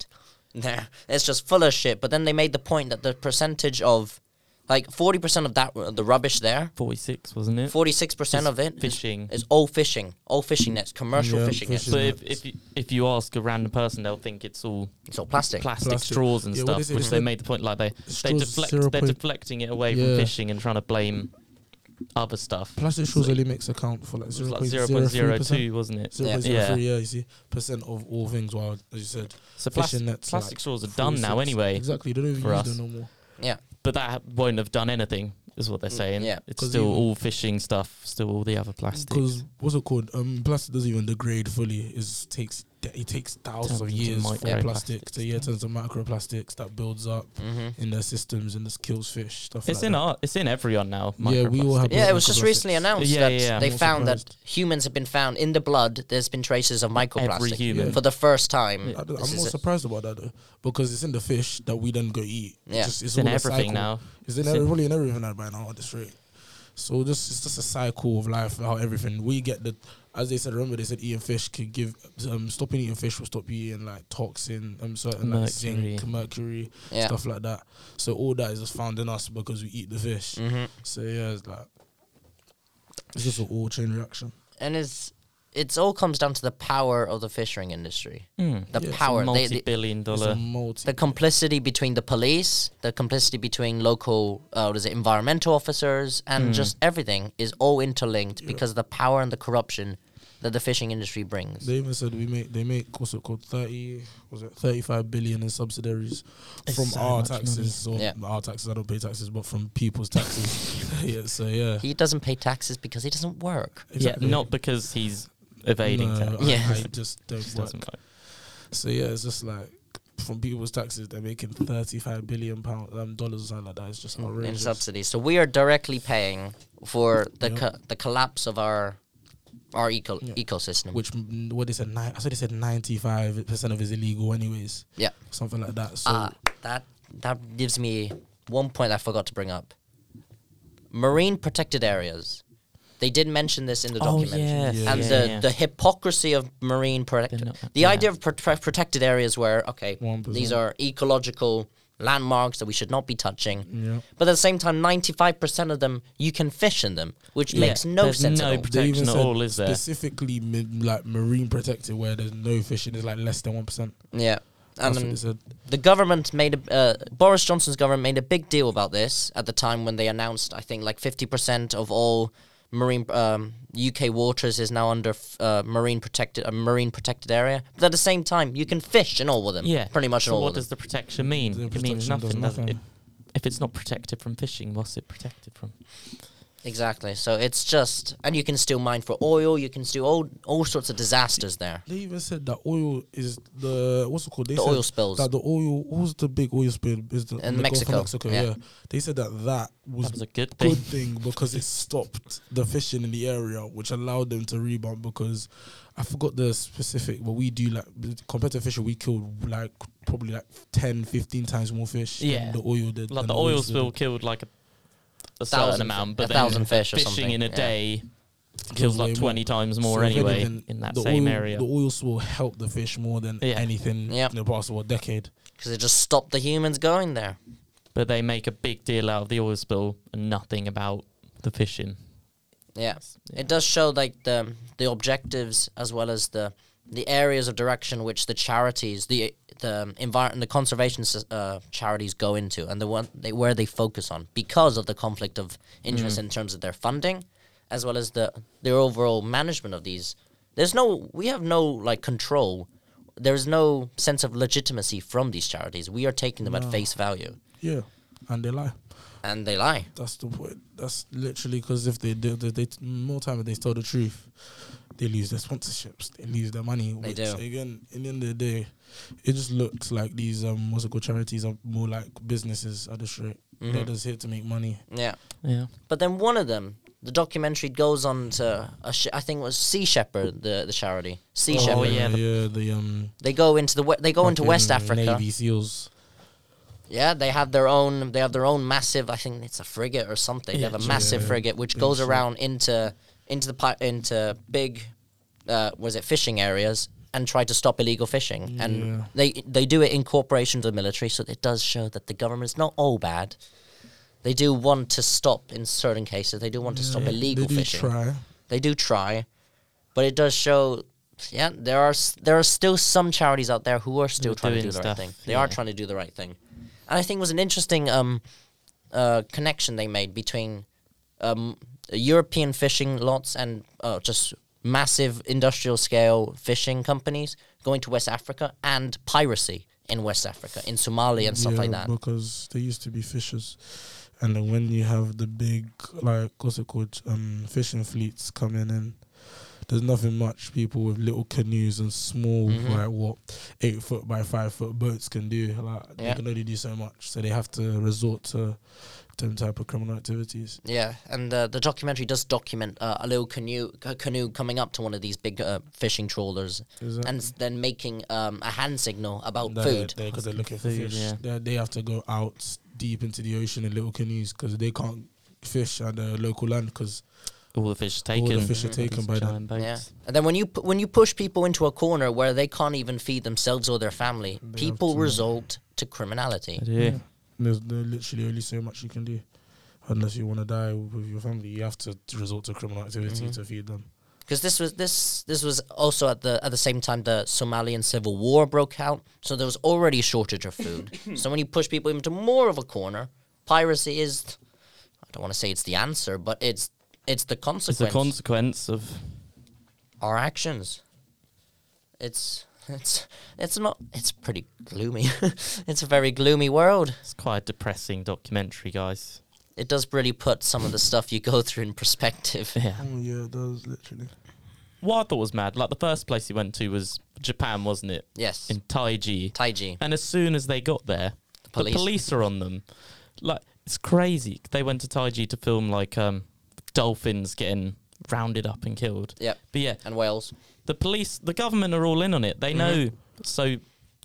Speaker 2: There, it's just full of shit. But then they made the point that the percentage of like forty percent of that the rubbish there.
Speaker 1: forty six, wasn't it?
Speaker 2: Forty six percent
Speaker 1: Is
Speaker 2: of it is-
Speaker 1: fishing.
Speaker 2: is, all fishing, all fishing nets, commercial
Speaker 3: Yeah,
Speaker 2: fishing nets.
Speaker 3: fishing.
Speaker 1: So if if you, if you ask a random person, they'll think it's all
Speaker 2: It's all plastic.
Speaker 1: plastic,
Speaker 3: Plastic.
Speaker 1: straws and
Speaker 3: Yeah, what
Speaker 1: stuff,
Speaker 3: is it?
Speaker 1: which
Speaker 3: It's
Speaker 1: they
Speaker 3: like
Speaker 1: made the point like they they
Speaker 3: straws
Speaker 1: deflect
Speaker 3: zero
Speaker 1: they're
Speaker 3: point-
Speaker 1: deflecting it away from
Speaker 3: Yeah.
Speaker 1: fishing and trying to blame other stuff.
Speaker 3: Plastic
Speaker 1: So
Speaker 3: straws
Speaker 1: it
Speaker 3: only makes account for like
Speaker 1: was
Speaker 3: zero
Speaker 1: like
Speaker 3: point
Speaker 1: zero
Speaker 3: zero
Speaker 1: point
Speaker 3: three
Speaker 1: zero two,
Speaker 3: percent.
Speaker 1: wasn't it?
Speaker 3: Zero point
Speaker 1: Yeah.
Speaker 3: zero three, yeah, you see, percent of all things. While as you said,
Speaker 1: So
Speaker 3: fishing
Speaker 1: plastic,
Speaker 3: nets,
Speaker 1: plastic
Speaker 3: like
Speaker 1: straws are done now
Speaker 3: 46.
Speaker 1: anyway,
Speaker 3: Exactly, they don't even
Speaker 1: for
Speaker 3: use
Speaker 1: us.
Speaker 3: them no more.
Speaker 2: Yeah.
Speaker 1: but that won't have done anything. is what they're saying.
Speaker 2: Mm, yeah.
Speaker 1: it's
Speaker 3: 'Cause
Speaker 1: still
Speaker 3: even-
Speaker 1: all fishing stuff, still all the other plastics.
Speaker 3: Because what's it called? Um, plastic doesn't even degrade fully. It's takes de- it takes thousands of
Speaker 1: into
Speaker 3: years for
Speaker 1: microplastics,
Speaker 3: plastic to yeah turns to microplastics that builds up
Speaker 2: hmm
Speaker 1: Mm-hmm.
Speaker 3: in their systems and this kills fish stuff.
Speaker 1: It's
Speaker 3: like
Speaker 1: in
Speaker 3: that.
Speaker 1: our, it's in everyone now.
Speaker 3: Yeah, we all
Speaker 1: microplastic.
Speaker 3: have-
Speaker 2: Yeah, it was just
Speaker 3: Microplastics.
Speaker 2: recently announced
Speaker 1: Yeah,
Speaker 2: that
Speaker 1: yeah, yeah.
Speaker 2: they
Speaker 3: I'm
Speaker 2: found that
Speaker 3: surprised.
Speaker 2: humans have been found in the blood. There's been traces of
Speaker 1: Every
Speaker 2: microplastic
Speaker 1: human.
Speaker 3: Yeah.
Speaker 2: for the first time.
Speaker 3: I, am
Speaker 2: This is
Speaker 3: not
Speaker 2: it.
Speaker 3: surprised about that though, because it's in the fish that we then go eat. It's
Speaker 2: Yeah.
Speaker 3: just-
Speaker 1: It's in
Speaker 3: all a
Speaker 1: everything
Speaker 3: cycle.
Speaker 1: now.
Speaker 3: It's in
Speaker 1: It's in-
Speaker 3: every- really in everything now by now at this rate. So this it's just a cycle of life. How everything we get the, as they said. Remember they said eating fish could give um stopping eating fish will stop you eating like toxin, um certain like zinc,
Speaker 1: Mercury.
Speaker 3: mercury,
Speaker 2: Yeah.
Speaker 3: stuff like that. So all that is just found in us because we eat the fish.
Speaker 2: hmm
Speaker 3: So yeah, it's like it's just an all chain reaction.
Speaker 2: And it's it's all comes down to the power of the fishing industry.
Speaker 1: Mm.
Speaker 2: The
Speaker 3: Yeah, it's a
Speaker 2: power, they,
Speaker 1: multi
Speaker 2: they,
Speaker 1: billion
Speaker 3: It's
Speaker 1: dollar.
Speaker 3: a multi.
Speaker 2: the complicity between the police, the complicity between local, uh, what is it, environmental officers,
Speaker 1: Mm.
Speaker 2: and just everything is all interlinked because of the power and the corruption that the fishing industry brings.
Speaker 3: They even said we make they make what's it called thirty was it thirty five billion in subsidiaries
Speaker 1: It's
Speaker 3: from
Speaker 1: so
Speaker 3: our
Speaker 1: much
Speaker 3: taxes or
Speaker 2: Yeah.
Speaker 3: our taxes. I don't pay taxes, but from people's taxes. yeah, so yeah,
Speaker 2: he doesn't pay taxes because he doesn't work.
Speaker 3: exactly.
Speaker 1: Yeah, not because he's evading
Speaker 3: no,
Speaker 1: tax.
Speaker 3: I,
Speaker 2: Yeah.
Speaker 3: I just don't
Speaker 1: Just
Speaker 3: work.
Speaker 1: doesn't work.
Speaker 3: So yeah, it's just like from people's taxes they're making thirty five billion pound um, dollars or something like that. It's just
Speaker 2: in
Speaker 3: outrageous.
Speaker 2: subsidies. So we are directly paying for the
Speaker 3: Yep.
Speaker 2: co- the collapse of our our eco-
Speaker 3: Yeah.
Speaker 2: ecosystem.
Speaker 3: which mm, what they said, nine, I said they said ninety five percent of it is illegal, anyways.
Speaker 2: Yeah.
Speaker 3: something like that. So
Speaker 2: ah, that that gives me one point I forgot to bring up. Marine protected areas. They did mention this in the
Speaker 1: Oh,
Speaker 2: documentary.
Speaker 1: yes,
Speaker 3: Yeah.
Speaker 2: And
Speaker 1: yeah,
Speaker 2: the,
Speaker 1: yeah.
Speaker 2: the hypocrisy of marine protect.
Speaker 1: They're not-
Speaker 2: the
Speaker 1: yeah.
Speaker 2: idea of prote- protected areas where, okay,
Speaker 3: 1%.
Speaker 2: these are ecological landmarks that we should not be touching.
Speaker 3: yeah.
Speaker 2: But at the same time, 95% of them, you can fish in them, which
Speaker 1: Yeah,
Speaker 2: makes no
Speaker 1: there's
Speaker 2: sense
Speaker 1: no
Speaker 2: at all.
Speaker 1: pr-
Speaker 3: They even
Speaker 1: protection at
Speaker 3: said
Speaker 1: all, is there?
Speaker 3: Specifically, mi- like marine protected, where there's no fishing, is like less than one percent.
Speaker 2: Yeah. I
Speaker 3: That's what
Speaker 2: mean,
Speaker 3: they said.
Speaker 2: the government made a uh, Boris Johnson's government made a big deal about this at the time when they announced. I think like fifty percent of all marine um, UK waters is now under f- uh, marine protected a marine protected area. But at the same time, you can fish in all of them.
Speaker 1: Yeah,
Speaker 2: pretty much in
Speaker 1: So
Speaker 2: all
Speaker 1: what
Speaker 2: of them.
Speaker 1: does the protection mean?
Speaker 3: The
Speaker 1: it means
Speaker 3: protection does
Speaker 1: nothing, does not it?
Speaker 3: nothing.
Speaker 1: If it's not protected from fishing, what's it protected from?
Speaker 2: Exactly. So it's just, and you can still mine for oil. You can still all all sorts of disasters there.
Speaker 3: They even said that oil is the what's it called? They
Speaker 2: The
Speaker 3: said
Speaker 2: oil spills.
Speaker 3: That the oil what was the big oil spill is
Speaker 2: In
Speaker 3: the, the Gulf of
Speaker 2: Mexico,
Speaker 3: Mexico,
Speaker 2: yeah.
Speaker 3: yeah. They said that that was,
Speaker 1: That was a good thing.
Speaker 3: good thing because it stopped the fishing in the area, which allowed them to rebound. Because I forgot the specific, but we do like compared to fishing, we killed like probably like 10, 15 times more fish. than
Speaker 1: Yeah.
Speaker 3: the oil did.
Speaker 1: Like
Speaker 3: than
Speaker 1: the oil
Speaker 3: did.
Speaker 1: spill killed like a, a certain
Speaker 2: Thousand-
Speaker 1: amount,
Speaker 2: a
Speaker 1: but then
Speaker 2: thousand fish or
Speaker 1: fishing
Speaker 2: something,
Speaker 1: in a
Speaker 2: yeah.
Speaker 1: day
Speaker 3: Kills
Speaker 1: kills
Speaker 3: way
Speaker 1: like
Speaker 3: more.
Speaker 1: twenty times more
Speaker 3: So if
Speaker 1: anyway
Speaker 3: anything,
Speaker 1: in that
Speaker 3: the
Speaker 1: same
Speaker 3: oil,
Speaker 1: area.
Speaker 3: The oil spill helped the fish more than
Speaker 1: Yeah.
Speaker 3: anything
Speaker 2: Yep.
Speaker 3: in the past what, decade.
Speaker 2: because it just stopped the humans going there.
Speaker 1: But they make a big deal out of the oil spill and nothing about the fishing.
Speaker 2: Yeah.
Speaker 1: Yeah.
Speaker 2: It does show like the the objectives as well as the the areas of direction which the charities, the the environment, the conservation s- uh, charities go into, and the one they, where they focus on because of the conflict of interest in terms of their funding, as well as the their overall management of these. There's no, we have no like control. There's no sense of legitimacy from these charities. We are taking them at
Speaker 3: No.
Speaker 2: face value,
Speaker 3: Yeah, and they lie.
Speaker 2: and they lie.
Speaker 3: That's the point. That's literally because if they do, they, they more time if they tell the truth, they lose their sponsorships, they lose their money.
Speaker 2: They
Speaker 3: which,
Speaker 2: do.
Speaker 3: Again, in the end of the day, it just looks like these um what's it called charities are more like businesses at this rate. They're just here to make money.
Speaker 2: Yeah.
Speaker 1: Yeah.
Speaker 2: But then one of them, the documentary goes on to a sh- I think it was Sea Shepherd, the the charity Sea
Speaker 1: Oh,
Speaker 2: Shepherd.
Speaker 1: yeah, the-
Speaker 3: yeah, the um.
Speaker 2: They go into the we- they go into West
Speaker 3: fucking
Speaker 2: Africa.
Speaker 3: Navy SEALs.
Speaker 2: Yeah, they have their own they have their own massive. I think it's a frigate or something.
Speaker 1: Yeah,
Speaker 2: they have a
Speaker 1: yeah,
Speaker 2: massive
Speaker 3: yeah.
Speaker 2: frigate which
Speaker 3: Big
Speaker 2: goes
Speaker 3: ship.
Speaker 2: around into into the pi- into big uh, was it fishing areas and try to stop illegal fishing.
Speaker 3: Yeah.
Speaker 2: And they they do it in cooperation with the military, so it does show that the government is not all bad. They do want to stop in certain cases. They do want to stop
Speaker 3: Yeah,
Speaker 2: illegal
Speaker 3: they do
Speaker 2: fishing.
Speaker 3: Try.
Speaker 2: they do try, but it does show. Yeah, there are s- there are still some charities out there who are still
Speaker 1: Who are
Speaker 2: trying to
Speaker 1: doing
Speaker 2: do the
Speaker 1: stuff,
Speaker 2: right thing. They
Speaker 1: yeah.
Speaker 2: are trying to do the right thing, and I think it was an interesting um, uh, connection they made between um, European fishing lots and uh, just massive industrial scale fishing companies going to West Africa and piracy in West Africa, in Somalia and stuff like that.
Speaker 3: Because they used to be fishers, And then when you have the big, like, what's it called, um, fishing fleets coming in, there's nothing much people with little canoes and small,
Speaker 2: Mhm.
Speaker 3: like, what, eight foot by five foot boats can do. Like, they
Speaker 2: Yeah.
Speaker 3: can only do so much. So they have to resort to them type of criminal activities.
Speaker 2: Yeah, and uh, the documentary does document uh, a little canoe c- canoe coming up to one of these big uh, fishing trawlers
Speaker 3: Is that-
Speaker 2: and s- then making um, a hand signal about
Speaker 3: No,
Speaker 2: food.
Speaker 3: They're, because they're looking for
Speaker 1: Food,
Speaker 3: fish.
Speaker 1: yeah.
Speaker 3: They they have to go out deep into the ocean in little canoes because they can't fish at the local land because
Speaker 1: All the fish
Speaker 3: all
Speaker 1: taken.
Speaker 3: the fish are
Speaker 2: Mhm.
Speaker 3: taken by them.
Speaker 1: Giant boats.
Speaker 2: Yeah, and then when you pu- when you push people into a corner where they can't even feed themselves or their family,
Speaker 3: They have
Speaker 2: people
Speaker 3: to-
Speaker 2: resort to criminality.
Speaker 1: They do.
Speaker 3: There's, there's literally only so much you can do. Unless you want to die with your family, you have to resort to criminal activity
Speaker 2: Mhm.
Speaker 3: to feed them.
Speaker 2: because this was this this was also at the at the same time the Somalian civil war broke out, so there was already a shortage of food. so when you push people into more of a corner, piracy is I don't want to say it's the answer, but it's it's the
Speaker 1: It's
Speaker 2: consequence
Speaker 1: a consequence of
Speaker 2: our actions. It's it's it's not it's pretty gloomy. it's a very gloomy world.
Speaker 1: it's quite a depressing documentary, guys.
Speaker 2: It does really put some of the stuff you go through in perspective.
Speaker 1: Yeah.
Speaker 3: Oh yeah, it does literally.
Speaker 1: What I thought was mad, like the first place he went to was Japan, wasn't it?
Speaker 2: Yes.
Speaker 1: In Taiji.
Speaker 2: Taiji.
Speaker 1: And as soon as they got there, the police,
Speaker 2: police.
Speaker 1: are on them. Like it's crazy. They went to Taiji to film like um, dolphins getting rounded up and killed.
Speaker 2: Yep.
Speaker 1: But yeah,
Speaker 2: And Wales.
Speaker 1: the police, the government are all in on it. They know. So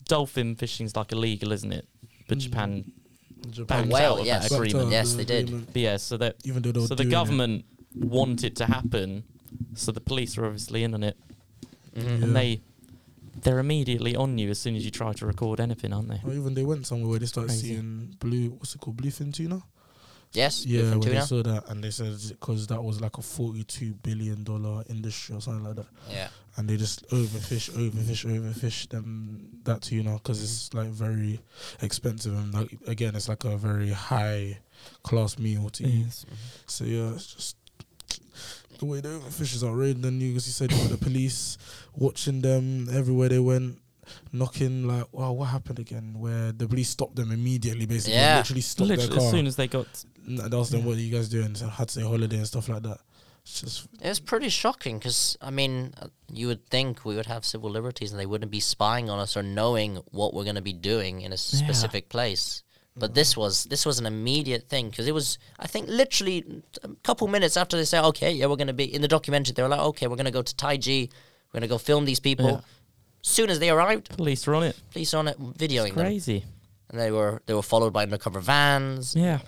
Speaker 1: dolphin fishing's like illegal, isn't it? But Japan
Speaker 3: Japan.
Speaker 1: bans
Speaker 2: Whale,
Speaker 1: out of
Speaker 2: yes.
Speaker 1: that agreement.
Speaker 2: Yes, they did.
Speaker 1: But yeah, so that
Speaker 3: Even though they were
Speaker 1: so the
Speaker 3: doing it.
Speaker 1: government want it to happen. So the police are obviously in on it,
Speaker 2: Mhm.
Speaker 1: and
Speaker 3: Yeah.
Speaker 1: they they're immediately on you as soon as you try to record anything, aren't they?
Speaker 3: Or even they went somewhere where they started
Speaker 1: Crazy.
Speaker 3: seeing blue. What's it called? Bluefin tuna.
Speaker 2: Yes.
Speaker 3: Yeah,
Speaker 2: Bluefin
Speaker 3: when
Speaker 2: tuna.
Speaker 3: they saw that and they said because that was like a forty-two billion dollar industry or something like that,
Speaker 2: Yeah.
Speaker 3: and they just overfish, overfish,
Speaker 2: Mm-hmm.
Speaker 3: overfish them that tuna because it's like very expensive and like again it's like a very high class meal to eat. So yeah, it's just the way the overfish is outrageous. Then you, 'cause you said, you got the police watching them everywhere they went. Knocking like, wow, what happened again? Where the police stopped them immediately, basically,
Speaker 2: Yeah.
Speaker 3: literally stopped
Speaker 1: Literally,
Speaker 3: their car.
Speaker 1: as soon as they got
Speaker 3: And I asked them,
Speaker 1: Yeah.
Speaker 3: "What are you guys doing?" So I had to say holiday and stuff like that. It's just
Speaker 2: It's pretty shocking because, I mean, uh, you would think we would have civil liberties and they wouldn't be spying on us or knowing what we're going to be doing in a s-
Speaker 1: Yeah.
Speaker 2: specific place. But this was this was an immediate thing because it was I think literally a couple minutes after they say okay yeah we're gonna be in the documentary they were like okay we're gonna go to Taiji we're gonna go film these people
Speaker 1: Yeah.
Speaker 2: soon as they arrived
Speaker 1: police are on it.
Speaker 2: police are on it videoing them
Speaker 1: Crazy.
Speaker 2: and they were they were followed by undercover vans
Speaker 1: Yeah.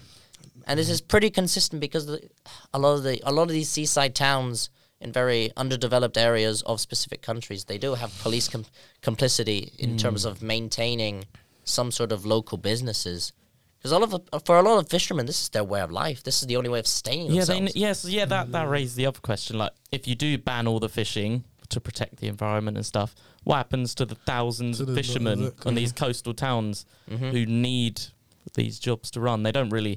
Speaker 2: and this is pretty consistent because the, a lot of the a lot of these seaside towns in very underdeveloped areas of specific countries they do have police com- complicity
Speaker 1: Hmm.
Speaker 2: in terms of maintaining some sort of local businesses because a lot of the- for a lot of fishermen this is their way of life this is the only way of staying
Speaker 1: Yeah, they,
Speaker 2: themselves.
Speaker 1: kn- yes, yeah. That
Speaker 2: Mm.
Speaker 1: that raised the other question. Like, if you do ban all the fishing to protect the environment and stuff, what happens to the thousands
Speaker 3: To
Speaker 1: of
Speaker 3: the-
Speaker 1: fishermen
Speaker 3: the-
Speaker 1: on these coastal towns
Speaker 2: Mm-hmm.
Speaker 1: who need these jobs to run? They don't really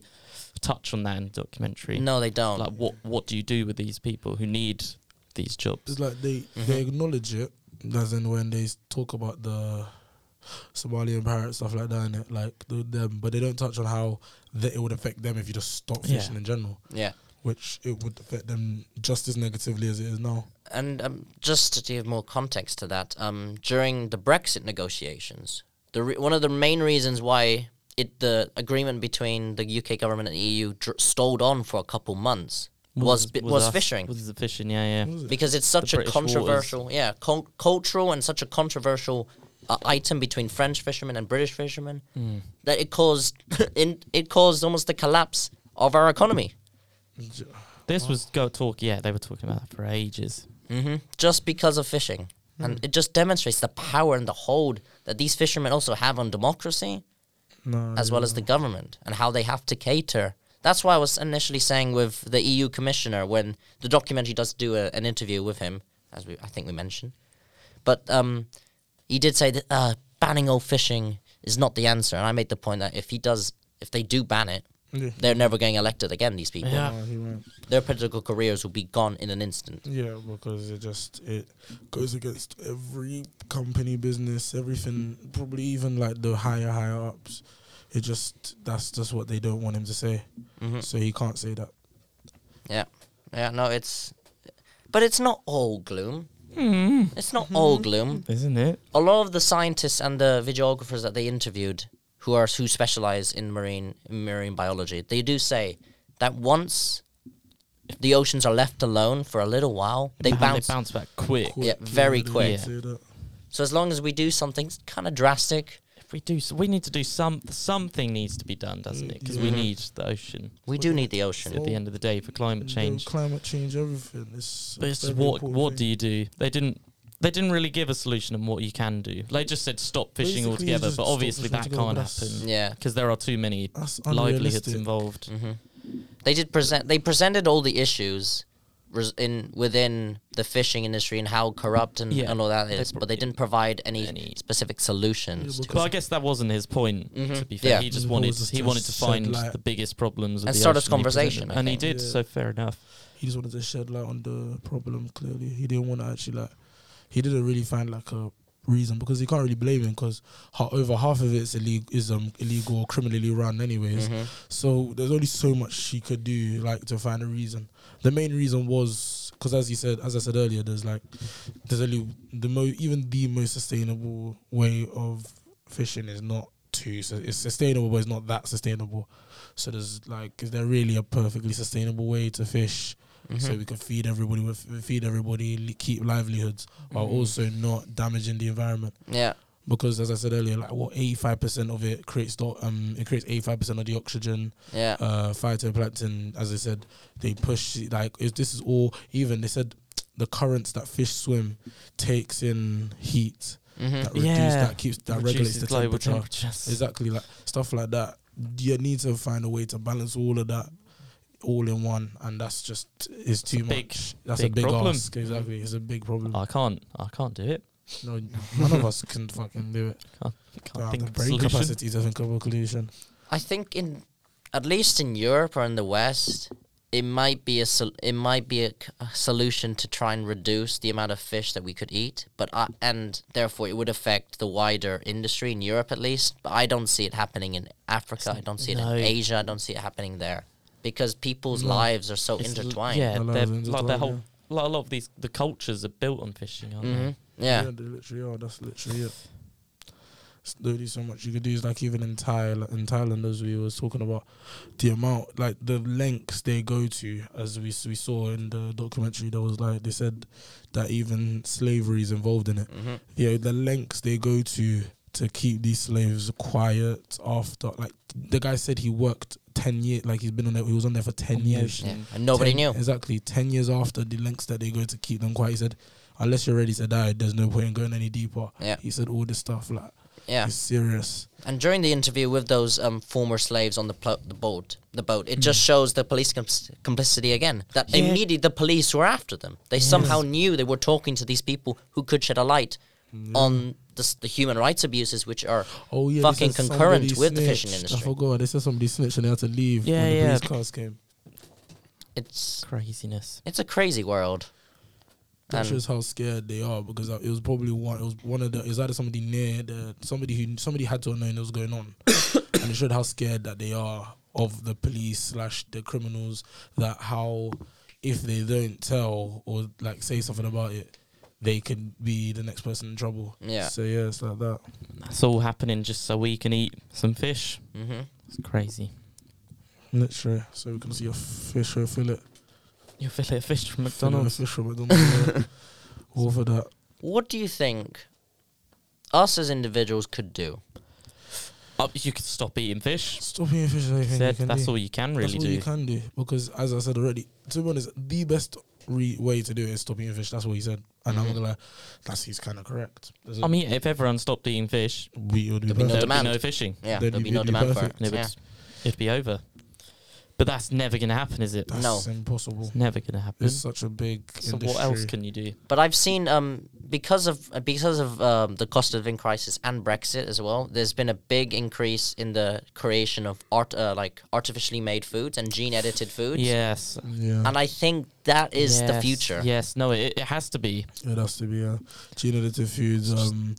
Speaker 1: touch on that in the documentary.
Speaker 2: no they don't
Speaker 1: Like, what what do you do with these people who need these jobs?
Speaker 3: it's like they they acknowledge it, as in when they s- talk about the Somalian pirate stuff like that, and it like the, them, but they don't touch on how that it would affect them if you just stop
Speaker 1: Yeah.
Speaker 3: fishing in general,
Speaker 2: yeah
Speaker 3: which it would affect them just as negatively as it is now.
Speaker 2: and um, just to give more context to that, um, during the Brexit negotiations, the re- one of the main reasons why it the agreement between the UK government and the EU dr- stalled on for a couple months was was, was,
Speaker 1: us-
Speaker 2: fishing
Speaker 1: Was the fishing? Yeah, yeah.
Speaker 3: Was it?
Speaker 2: because it's such a
Speaker 1: British waters.
Speaker 2: controversial, yeah, cul- cultural and such a controversial uh, item between French fishermen and British fishermen
Speaker 1: Mm.
Speaker 2: that it caused in, it caused almost the collapse of our economy.
Speaker 3: J-
Speaker 1: This was go talk. Yeah, they were talking about that for ages.
Speaker 2: hmm just because of fishing. And it just demonstrates the power and the hold that these fishermen also have on democracy
Speaker 3: No,
Speaker 2: as well as the government and how they have to cater. That's why I was initially saying with the EU commissioner when the documentary does do a, an interview with him, as we I think we mentioned. But um, he did say that uh, banning all fishing is not the answer, and I made the point that if he does, if they do ban it,
Speaker 3: Yeah.
Speaker 2: they're never getting elected again. These people,
Speaker 1: Yeah.
Speaker 3: No, he won't.
Speaker 2: their political careers will be gone in an instant.
Speaker 3: Yeah, because it just it goes against every company business, everything. Probably even like the higher higher ups, It just that's just what they don't want him to say.
Speaker 2: Mhm.
Speaker 3: So he can't say that.
Speaker 2: Yeah, no, it's. But it's not all gloom.
Speaker 3: Hmm.
Speaker 2: It's not all gloom.
Speaker 1: Isn't it?
Speaker 2: A lot of the scientists and the videographers that they interviewed, who are who specialize in marine marine biology, they do say that once the oceans are left alone for a little while, they
Speaker 1: Man,
Speaker 2: bounce.
Speaker 1: They bounce back quick.
Speaker 2: Yeah, very
Speaker 3: they
Speaker 2: quick.
Speaker 3: don't say that.
Speaker 2: So as long as we do something kind of drastic,
Speaker 1: If we do, so we need to do some. Something needs to be done, doesn't it? Because we
Speaker 3: Mm, Yeah.
Speaker 1: need the ocean
Speaker 2: we
Speaker 3: Well,
Speaker 2: do
Speaker 3: yeah.
Speaker 2: need the ocean.
Speaker 1: at the end of the day for climate
Speaker 3: And
Speaker 1: change.
Speaker 3: climate change, everything. It's
Speaker 1: But it's
Speaker 3: very
Speaker 1: what
Speaker 3: important
Speaker 1: what
Speaker 3: thing.
Speaker 1: do you do? They didn't they didn't really give a solution on what you can do. They just said stop fishing
Speaker 3: Basically, you
Speaker 1: altogether,
Speaker 3: just
Speaker 1: but
Speaker 3: stop
Speaker 1: obviously
Speaker 3: fishing
Speaker 1: that
Speaker 3: altogether,
Speaker 1: can't
Speaker 3: but that's-
Speaker 1: happen
Speaker 2: Yeah.
Speaker 1: because there are too many
Speaker 3: That's
Speaker 1: livelihoods
Speaker 3: unrealistic.
Speaker 1: involved.
Speaker 2: hmm They did present. They presented all the issues res- in within the fishing industry and how corrupt and,
Speaker 1: Yeah,
Speaker 2: and all that
Speaker 1: they
Speaker 2: is,
Speaker 1: pro-
Speaker 2: but they didn't provide any,
Speaker 1: any-
Speaker 2: specific solutions.
Speaker 3: Yeah,
Speaker 2: to
Speaker 1: But I guess that wasn't his point.
Speaker 2: Mhm.
Speaker 1: To be fair,
Speaker 2: Yeah.
Speaker 1: he just
Speaker 3: It
Speaker 1: wanted
Speaker 3: was
Speaker 1: he
Speaker 3: just
Speaker 1: wanted to
Speaker 3: shed
Speaker 1: find
Speaker 3: light.
Speaker 1: the biggest problems of
Speaker 2: And
Speaker 1: the
Speaker 2: start us
Speaker 1: ocean he presented.
Speaker 2: conversation, I
Speaker 1: and he
Speaker 2: think.
Speaker 1: did.
Speaker 3: Yeah.
Speaker 1: So fair enough.
Speaker 3: He just wanted to shed light on the problem. Clearly, he didn't want to actually like. He didn't really find like a reason because you can't really blame him because over half of it's illegal, is um illegal or criminally run anyways.
Speaker 2: Mhm.
Speaker 3: So there's only so much he could do, like to find a reason. The main reason was because, as you said, as I said earlier, there's like there's only the mo even the most sustainable way of fishing is not too so it's sustainable, but it's not that sustainable. So there's like, is there really a perfectly sustainable way to fish? So
Speaker 1: Mm-hmm.
Speaker 2: Mhm.
Speaker 3: we can feed everybody, with, feed everybody, li- keep livelihoods, while
Speaker 1: Mm-hmm.
Speaker 2: Mhm.
Speaker 3: also not damaging the environment
Speaker 2: Yeah,
Speaker 3: because as I said earlier, like what eighty five percent of it creates the, um it creates eighty five percent of the oxygen,
Speaker 2: yeah,
Speaker 3: uh phytoplankton. As I said, they push like if this is all even they said the currents that fish swim takes in heat
Speaker 2: hmm
Speaker 3: that reduce
Speaker 1: Mm-hmm. Yeah.
Speaker 3: that keeps that regulates
Speaker 1: Reduces
Speaker 3: the
Speaker 1: global
Speaker 3: temperature.
Speaker 1: temperatures.
Speaker 3: Exactly, like stuff like that. You need to find a way to balance all of that all in one, and that's just is too
Speaker 1: a
Speaker 3: much.
Speaker 1: big-
Speaker 3: that's a
Speaker 1: big
Speaker 3: big
Speaker 1: problem. Uh,
Speaker 3: ask. Exactly, it's a big problem.
Speaker 1: I can't. I can't do it.
Speaker 3: No, none of us can fucking do it.
Speaker 1: Can't
Speaker 3: Don't have
Speaker 1: think
Speaker 3: Ah, the
Speaker 1: of a
Speaker 3: brain
Speaker 1: solution.
Speaker 3: capacity to think of a solution.
Speaker 2: I think in at least in Europe or in the West, it might be a sol- it might be a, c- a solution to try and reduce the amount of fish that we could eat, but I, and therefore it would affect the wider industry in Europe at least. But I don't see it happening in Africa. I don't see
Speaker 1: no.
Speaker 2: it in Asia. I don't see it happening there because people's
Speaker 3: No.
Speaker 2: lives are so
Speaker 1: It's l-
Speaker 2: intertwined.
Speaker 1: Yeah,
Speaker 3: A lot
Speaker 1: they're,
Speaker 3: of
Speaker 1: like their
Speaker 3: intertwined,
Speaker 1: whole like a lot of these the cultures are built on fishing, aren't
Speaker 2: hmm
Speaker 1: they?
Speaker 2: yeah.
Speaker 3: they literally are. That's literally it. It's literally so much you could do. Is like even in Thailand, in Thailand as we was talking about, the amount like the lengths they go to, as we we saw in the documentary. There was like they said that even slavery is involved in it.
Speaker 2: hmm
Speaker 3: you know, the lengths they go to to keep these slaves quiet after like the guy said he worked 10 years like he's been on there he was on there for 10 years
Speaker 2: yeah. And nobody
Speaker 3: 10
Speaker 2: knew.
Speaker 3: exactly 10 years after the lengths that they go to keep them quiet he said unless you're ready to die there's no point in going any deeper
Speaker 2: Yeah.
Speaker 3: he said all this stuff like
Speaker 2: Yeah.
Speaker 3: it's serious
Speaker 2: And during the interview with those um, former slaves on the pl- the boat, the boat, it just shows the police com- complicity again. That
Speaker 1: Yeah.
Speaker 2: immediately the police were after them. They somehow knew they were talking to these people who could shed a light on the, s- the human rights abuses, which are
Speaker 3: oh yeah they
Speaker 2: fucking
Speaker 3: said
Speaker 2: concurrent
Speaker 3: somebody
Speaker 2: with the fishing
Speaker 3: snitched.
Speaker 2: industry.
Speaker 3: i forgot they said somebody snitched and they had to leave
Speaker 1: Yeah,
Speaker 3: when the
Speaker 1: yeah.
Speaker 3: police cars came
Speaker 2: It's
Speaker 1: Craziness.
Speaker 2: it's a crazy world.
Speaker 3: That
Speaker 2: And-
Speaker 3: shows how scared they are because uh, it was probably one. It was one of the. It was either somebody near the somebody who somebody had to have known it was going on, and it showed how scared that they are of the police slash the criminals. That how if they don't tell or like say something about it, they could be the next person in trouble.
Speaker 2: Yeah.
Speaker 3: So yeah, it's like that.
Speaker 1: That's all happening just so we can eat some fish.
Speaker 2: hmm
Speaker 1: It's crazy.
Speaker 3: Literally. So we can see a fish or a fillet.
Speaker 1: Your fillet of fish from
Speaker 3: Fillet of
Speaker 1: McDonald's.
Speaker 3: Fish from McDonald's. yeah. All for that.
Speaker 2: What do you think us as individuals could do?
Speaker 1: Oh, you could stop eating fish.
Speaker 3: Stop eating fish. is the only thing you
Speaker 1: Said,
Speaker 3: can
Speaker 1: that's
Speaker 3: do.
Speaker 1: all you can really
Speaker 3: that's
Speaker 1: do.
Speaker 3: all you can do because, as I said already, to be honest, the best re- way to do it is stop eating fish. That's what he said, and I'm
Speaker 2: Mhm.
Speaker 3: not gonna lie, that's he's kind of correct. There's a-
Speaker 1: I mean, if everyone stopped eating fish,
Speaker 3: we would be
Speaker 2: There'd
Speaker 1: there
Speaker 2: be No
Speaker 1: would
Speaker 3: perfect.
Speaker 1: be
Speaker 2: demand.
Speaker 1: no fishing.
Speaker 2: Yeah,
Speaker 3: Then
Speaker 2: there'd be
Speaker 3: you'd
Speaker 2: no
Speaker 3: be
Speaker 2: demand
Speaker 1: And
Speaker 3: perfect.
Speaker 2: for it.
Speaker 1: it would,
Speaker 2: Yeah.
Speaker 1: s- it'd be over. But that's never going to happen, is it?
Speaker 3: That's
Speaker 2: No. Mm-hmm.
Speaker 3: impossible.
Speaker 1: It's never going to happen.
Speaker 3: It's such a big.
Speaker 1: So
Speaker 3: industry.
Speaker 1: what else can you do?
Speaker 2: But I've seen um, because of uh, because of um, the cost of living crisis and Brexit as well, there's been a big increase in the creation of art, uh, like artificially made foods and gene edited foods.
Speaker 1: Yes.
Speaker 3: Yeah,
Speaker 2: and I think that is the
Speaker 1: Yes.
Speaker 2: future.
Speaker 1: Yes. No, it, it has to be.
Speaker 3: it has to be uh, gene edited foods, um,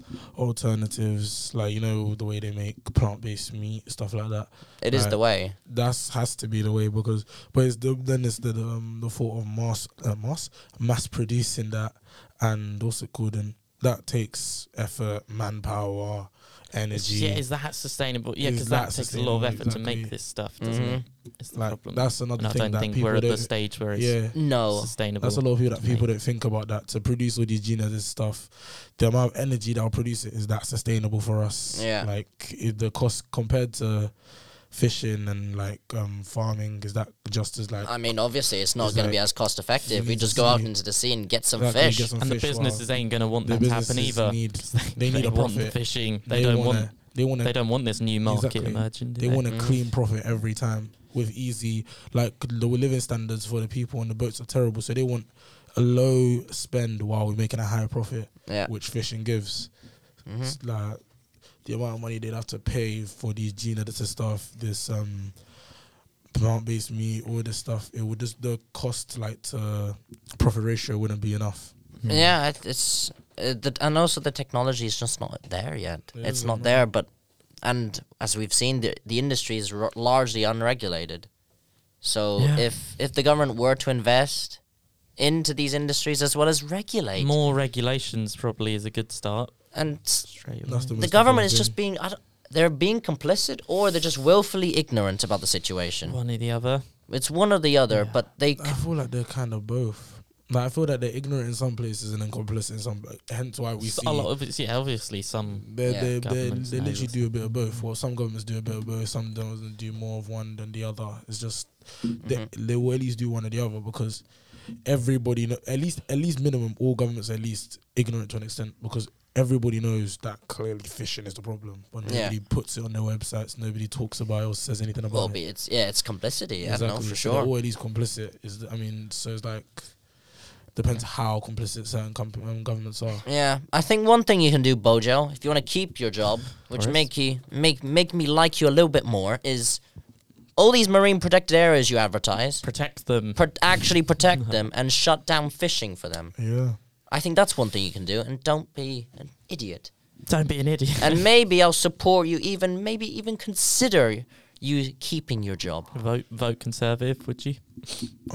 Speaker 3: alternatives like you know the way they make plant based meat, stuff like that.
Speaker 2: It is
Speaker 3: Right.
Speaker 2: the way.
Speaker 3: That's has to be the way because, but it's the, then it's the um, the thought of mass uh, mass mass producing that and what's it called and that takes effort, manpower, energy.
Speaker 1: Yeah, is that sustainable? Yeah,
Speaker 3: Is
Speaker 1: because
Speaker 3: that
Speaker 1: that, takes a lot of effort
Speaker 3: sustainable?
Speaker 1: to
Speaker 3: Exactly.
Speaker 1: make this stuff, doesn't
Speaker 2: Mhm.
Speaker 1: it? It's the
Speaker 3: like
Speaker 1: problem.
Speaker 3: that's another
Speaker 1: and I
Speaker 3: thing
Speaker 1: don't
Speaker 3: that
Speaker 1: think
Speaker 3: people
Speaker 1: we're at the
Speaker 3: don't-
Speaker 1: stage where it's
Speaker 3: yeah.
Speaker 2: No.
Speaker 1: sustainable.
Speaker 3: That's a lot of people that
Speaker 1: to make.
Speaker 3: people don't think about that to produce all these gene edited stuff. The amount of energy that will produce it is that sustainable for us.
Speaker 2: Yeah.
Speaker 3: like it, the cost compared to fishing and like um farming is that just as like
Speaker 2: I mean, obviously, it's not
Speaker 3: It's
Speaker 2: going to
Speaker 3: like,
Speaker 2: be as cost effective.
Speaker 3: you
Speaker 2: We
Speaker 3: need
Speaker 2: just
Speaker 3: to
Speaker 2: go out
Speaker 3: see-
Speaker 2: into the sea and get some
Speaker 3: Exactly,
Speaker 2: fish.
Speaker 3: get some
Speaker 1: and the
Speaker 3: fish, wow.
Speaker 1: businesses ain't going to want
Speaker 3: The
Speaker 1: that to happen
Speaker 3: businesses
Speaker 1: either.
Speaker 3: need-
Speaker 1: 'cause they,
Speaker 3: they need a
Speaker 1: want the
Speaker 3: profit.
Speaker 1: fishing. They, don't
Speaker 3: wanna,
Speaker 1: want.
Speaker 3: they want
Speaker 1: They
Speaker 3: to
Speaker 1: don't want this new market
Speaker 3: Exactly.
Speaker 1: emerging. Do
Speaker 3: they
Speaker 1: they,
Speaker 3: want a
Speaker 2: Mm.
Speaker 3: clean profit every time with easy like the living standards for the people on the boats are terrible, so they want a low spend while we're making a high profit,
Speaker 2: Yeah.
Speaker 3: which fishing gives.
Speaker 1: Mm-hmm.
Speaker 2: Mhm.
Speaker 3: It's like the amount of money they'd have to pay for these gene edited stuff, this um plant based meat, all this stuff, it would just the cost like to profit ratio wouldn't be enough.
Speaker 1: Hmm.
Speaker 2: Yeah, it, it's uh, the, and also the technology is just not there yet.
Speaker 3: It
Speaker 2: it's
Speaker 3: isn't,
Speaker 2: not
Speaker 3: no.
Speaker 2: there, but and as we've seen, the the industry is r- largely unregulated. So
Speaker 1: Yeah.
Speaker 2: if if the government were to invest into these industries as well as regulate
Speaker 1: More regulations probably is a good start.
Speaker 2: and s-
Speaker 1: Straight
Speaker 3: That's
Speaker 1: away.
Speaker 3: the
Speaker 2: the
Speaker 3: most
Speaker 2: government is
Speaker 3: important
Speaker 2: just being I don't- they're being complicit or they're just willfully ignorant about the situation.
Speaker 1: One or the other.
Speaker 2: It's one or the other,
Speaker 1: Yeah. Uh,
Speaker 2: but they
Speaker 3: I feel like they're kind of both. Like I feel like they're ignorant in some places and then complicit in some. Hence why we
Speaker 1: S-
Speaker 3: see
Speaker 1: a lot of it's yeah, obviously some.
Speaker 3: they
Speaker 2: Yeah,
Speaker 3: they they
Speaker 1: governments
Speaker 3: they
Speaker 1: know
Speaker 3: literally
Speaker 1: this.
Speaker 3: do a bit of both. Well, some governments do a bit of both. Some don't do more of one than the other. It's just they,
Speaker 2: Mm-hmm.
Speaker 3: they will at least do one or the other because everybody know, at least at least minimum all governments are at least ignorant to an extent because everybody knows that clearly fishing is the problem, but
Speaker 2: Yeah.
Speaker 3: nobody puts it on their websites. Nobody talks about it or says anything about
Speaker 2: will
Speaker 3: it.
Speaker 2: be it's yeah, it's complicity, I don't know for
Speaker 3: So they're
Speaker 2: sure.
Speaker 3: all at least complicit is. I mean, so it's like depends how complicit certain com- um, governments are.
Speaker 2: Yeah, I think one thing you can do, Bojo, if you want to keep your job, which
Speaker 1: Alright.
Speaker 2: make you make make me like you a little bit more, is all these marine protected areas you advertise,
Speaker 1: Protect them.
Speaker 2: pro- actually protect them and shut down fishing for them.
Speaker 3: Yeah.
Speaker 2: I think that's one thing you can do, and don't be an idiot.
Speaker 1: Don't be an idiot.
Speaker 2: And maybe I'll support you, even maybe even consider you keeping your job.
Speaker 1: vote vote conservative, would you?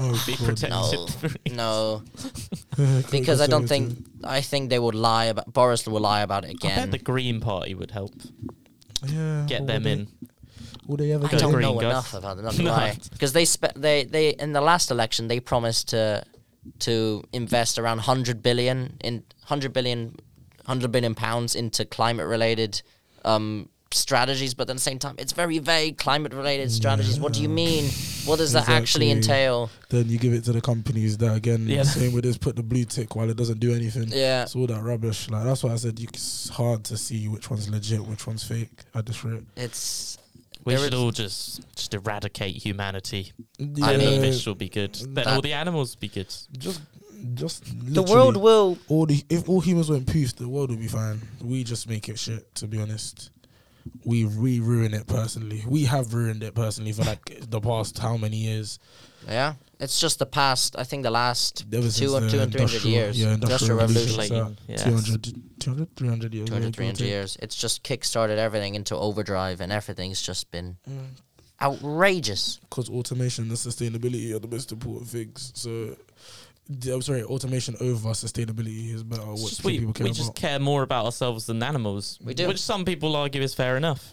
Speaker 3: Oh,
Speaker 1: Be
Speaker 3: God.
Speaker 1: protected.
Speaker 2: No, no, because
Speaker 3: Because
Speaker 2: I don't think I think they would lie about Boris will lie about it
Speaker 1: I bet
Speaker 2: again.
Speaker 1: the Green Party would help
Speaker 3: Yeah,
Speaker 1: get
Speaker 3: but
Speaker 1: them
Speaker 3: would
Speaker 1: in.
Speaker 3: They, would they ever
Speaker 2: I
Speaker 1: Go
Speaker 3: get
Speaker 2: don't
Speaker 1: green,
Speaker 2: know
Speaker 1: guys.
Speaker 2: enough about them. Not gonna
Speaker 1: No.
Speaker 2: lie, because they spe- they they in the last election they promised to to invest around hundred billion in hundred billion hundred billion pounds into climate related um strategies, but at the same time it's very vague. Climate related strategies. What do you mean? What does that actually
Speaker 3: Exactly.
Speaker 2: entail?
Speaker 3: Then you give it to the companies that again,
Speaker 1: Yeah.
Speaker 3: same with this, put the blue tick while it doesn't do anything.
Speaker 2: Yeah.
Speaker 3: It's all that rubbish. Like that's why I said you, it's hard to see which one's legit, which one's fake at this rate.
Speaker 2: It's
Speaker 1: We
Speaker 2: There
Speaker 1: should
Speaker 2: is-
Speaker 1: all just just eradicate humanity.
Speaker 3: Yeah,
Speaker 1: then
Speaker 2: mean-
Speaker 1: the fish will be good. Then all the animals will be good.
Speaker 3: just, just
Speaker 2: the world
Speaker 3: literally,
Speaker 2: will.
Speaker 3: All the if all humans went poofs, the world would be fine. We just make it shit. To be honest, we we ruin it personally. We have ruined it personally for like the past how many years?
Speaker 2: Yeah, it's just the past. I think the last
Speaker 3: Ever since
Speaker 2: two and
Speaker 3: the
Speaker 2: two and three hundred
Speaker 3: uh, industrial-
Speaker 2: years.
Speaker 3: Yeah, industrial, revolution. uh,
Speaker 1: revolution.
Speaker 3: so
Speaker 1: Yes.
Speaker 3: 200, 200, 300 years.
Speaker 2: 200,
Speaker 3: yeah, give
Speaker 2: 300
Speaker 3: or
Speaker 1: Mm-hmm.
Speaker 3: take.
Speaker 2: years. It's just kickstarted everything into overdrive, and everything's just been
Speaker 3: Mm.
Speaker 2: outrageous.
Speaker 3: because automation and sustainability are the most important things. So, d- I'm sorry, automation over sustainability is better.
Speaker 1: It's
Speaker 3: What
Speaker 1: just
Speaker 3: few
Speaker 1: we
Speaker 3: people care
Speaker 1: we just
Speaker 3: about.
Speaker 1: care more about ourselves than animals.
Speaker 2: We do.
Speaker 1: Which some people argue is fair enough.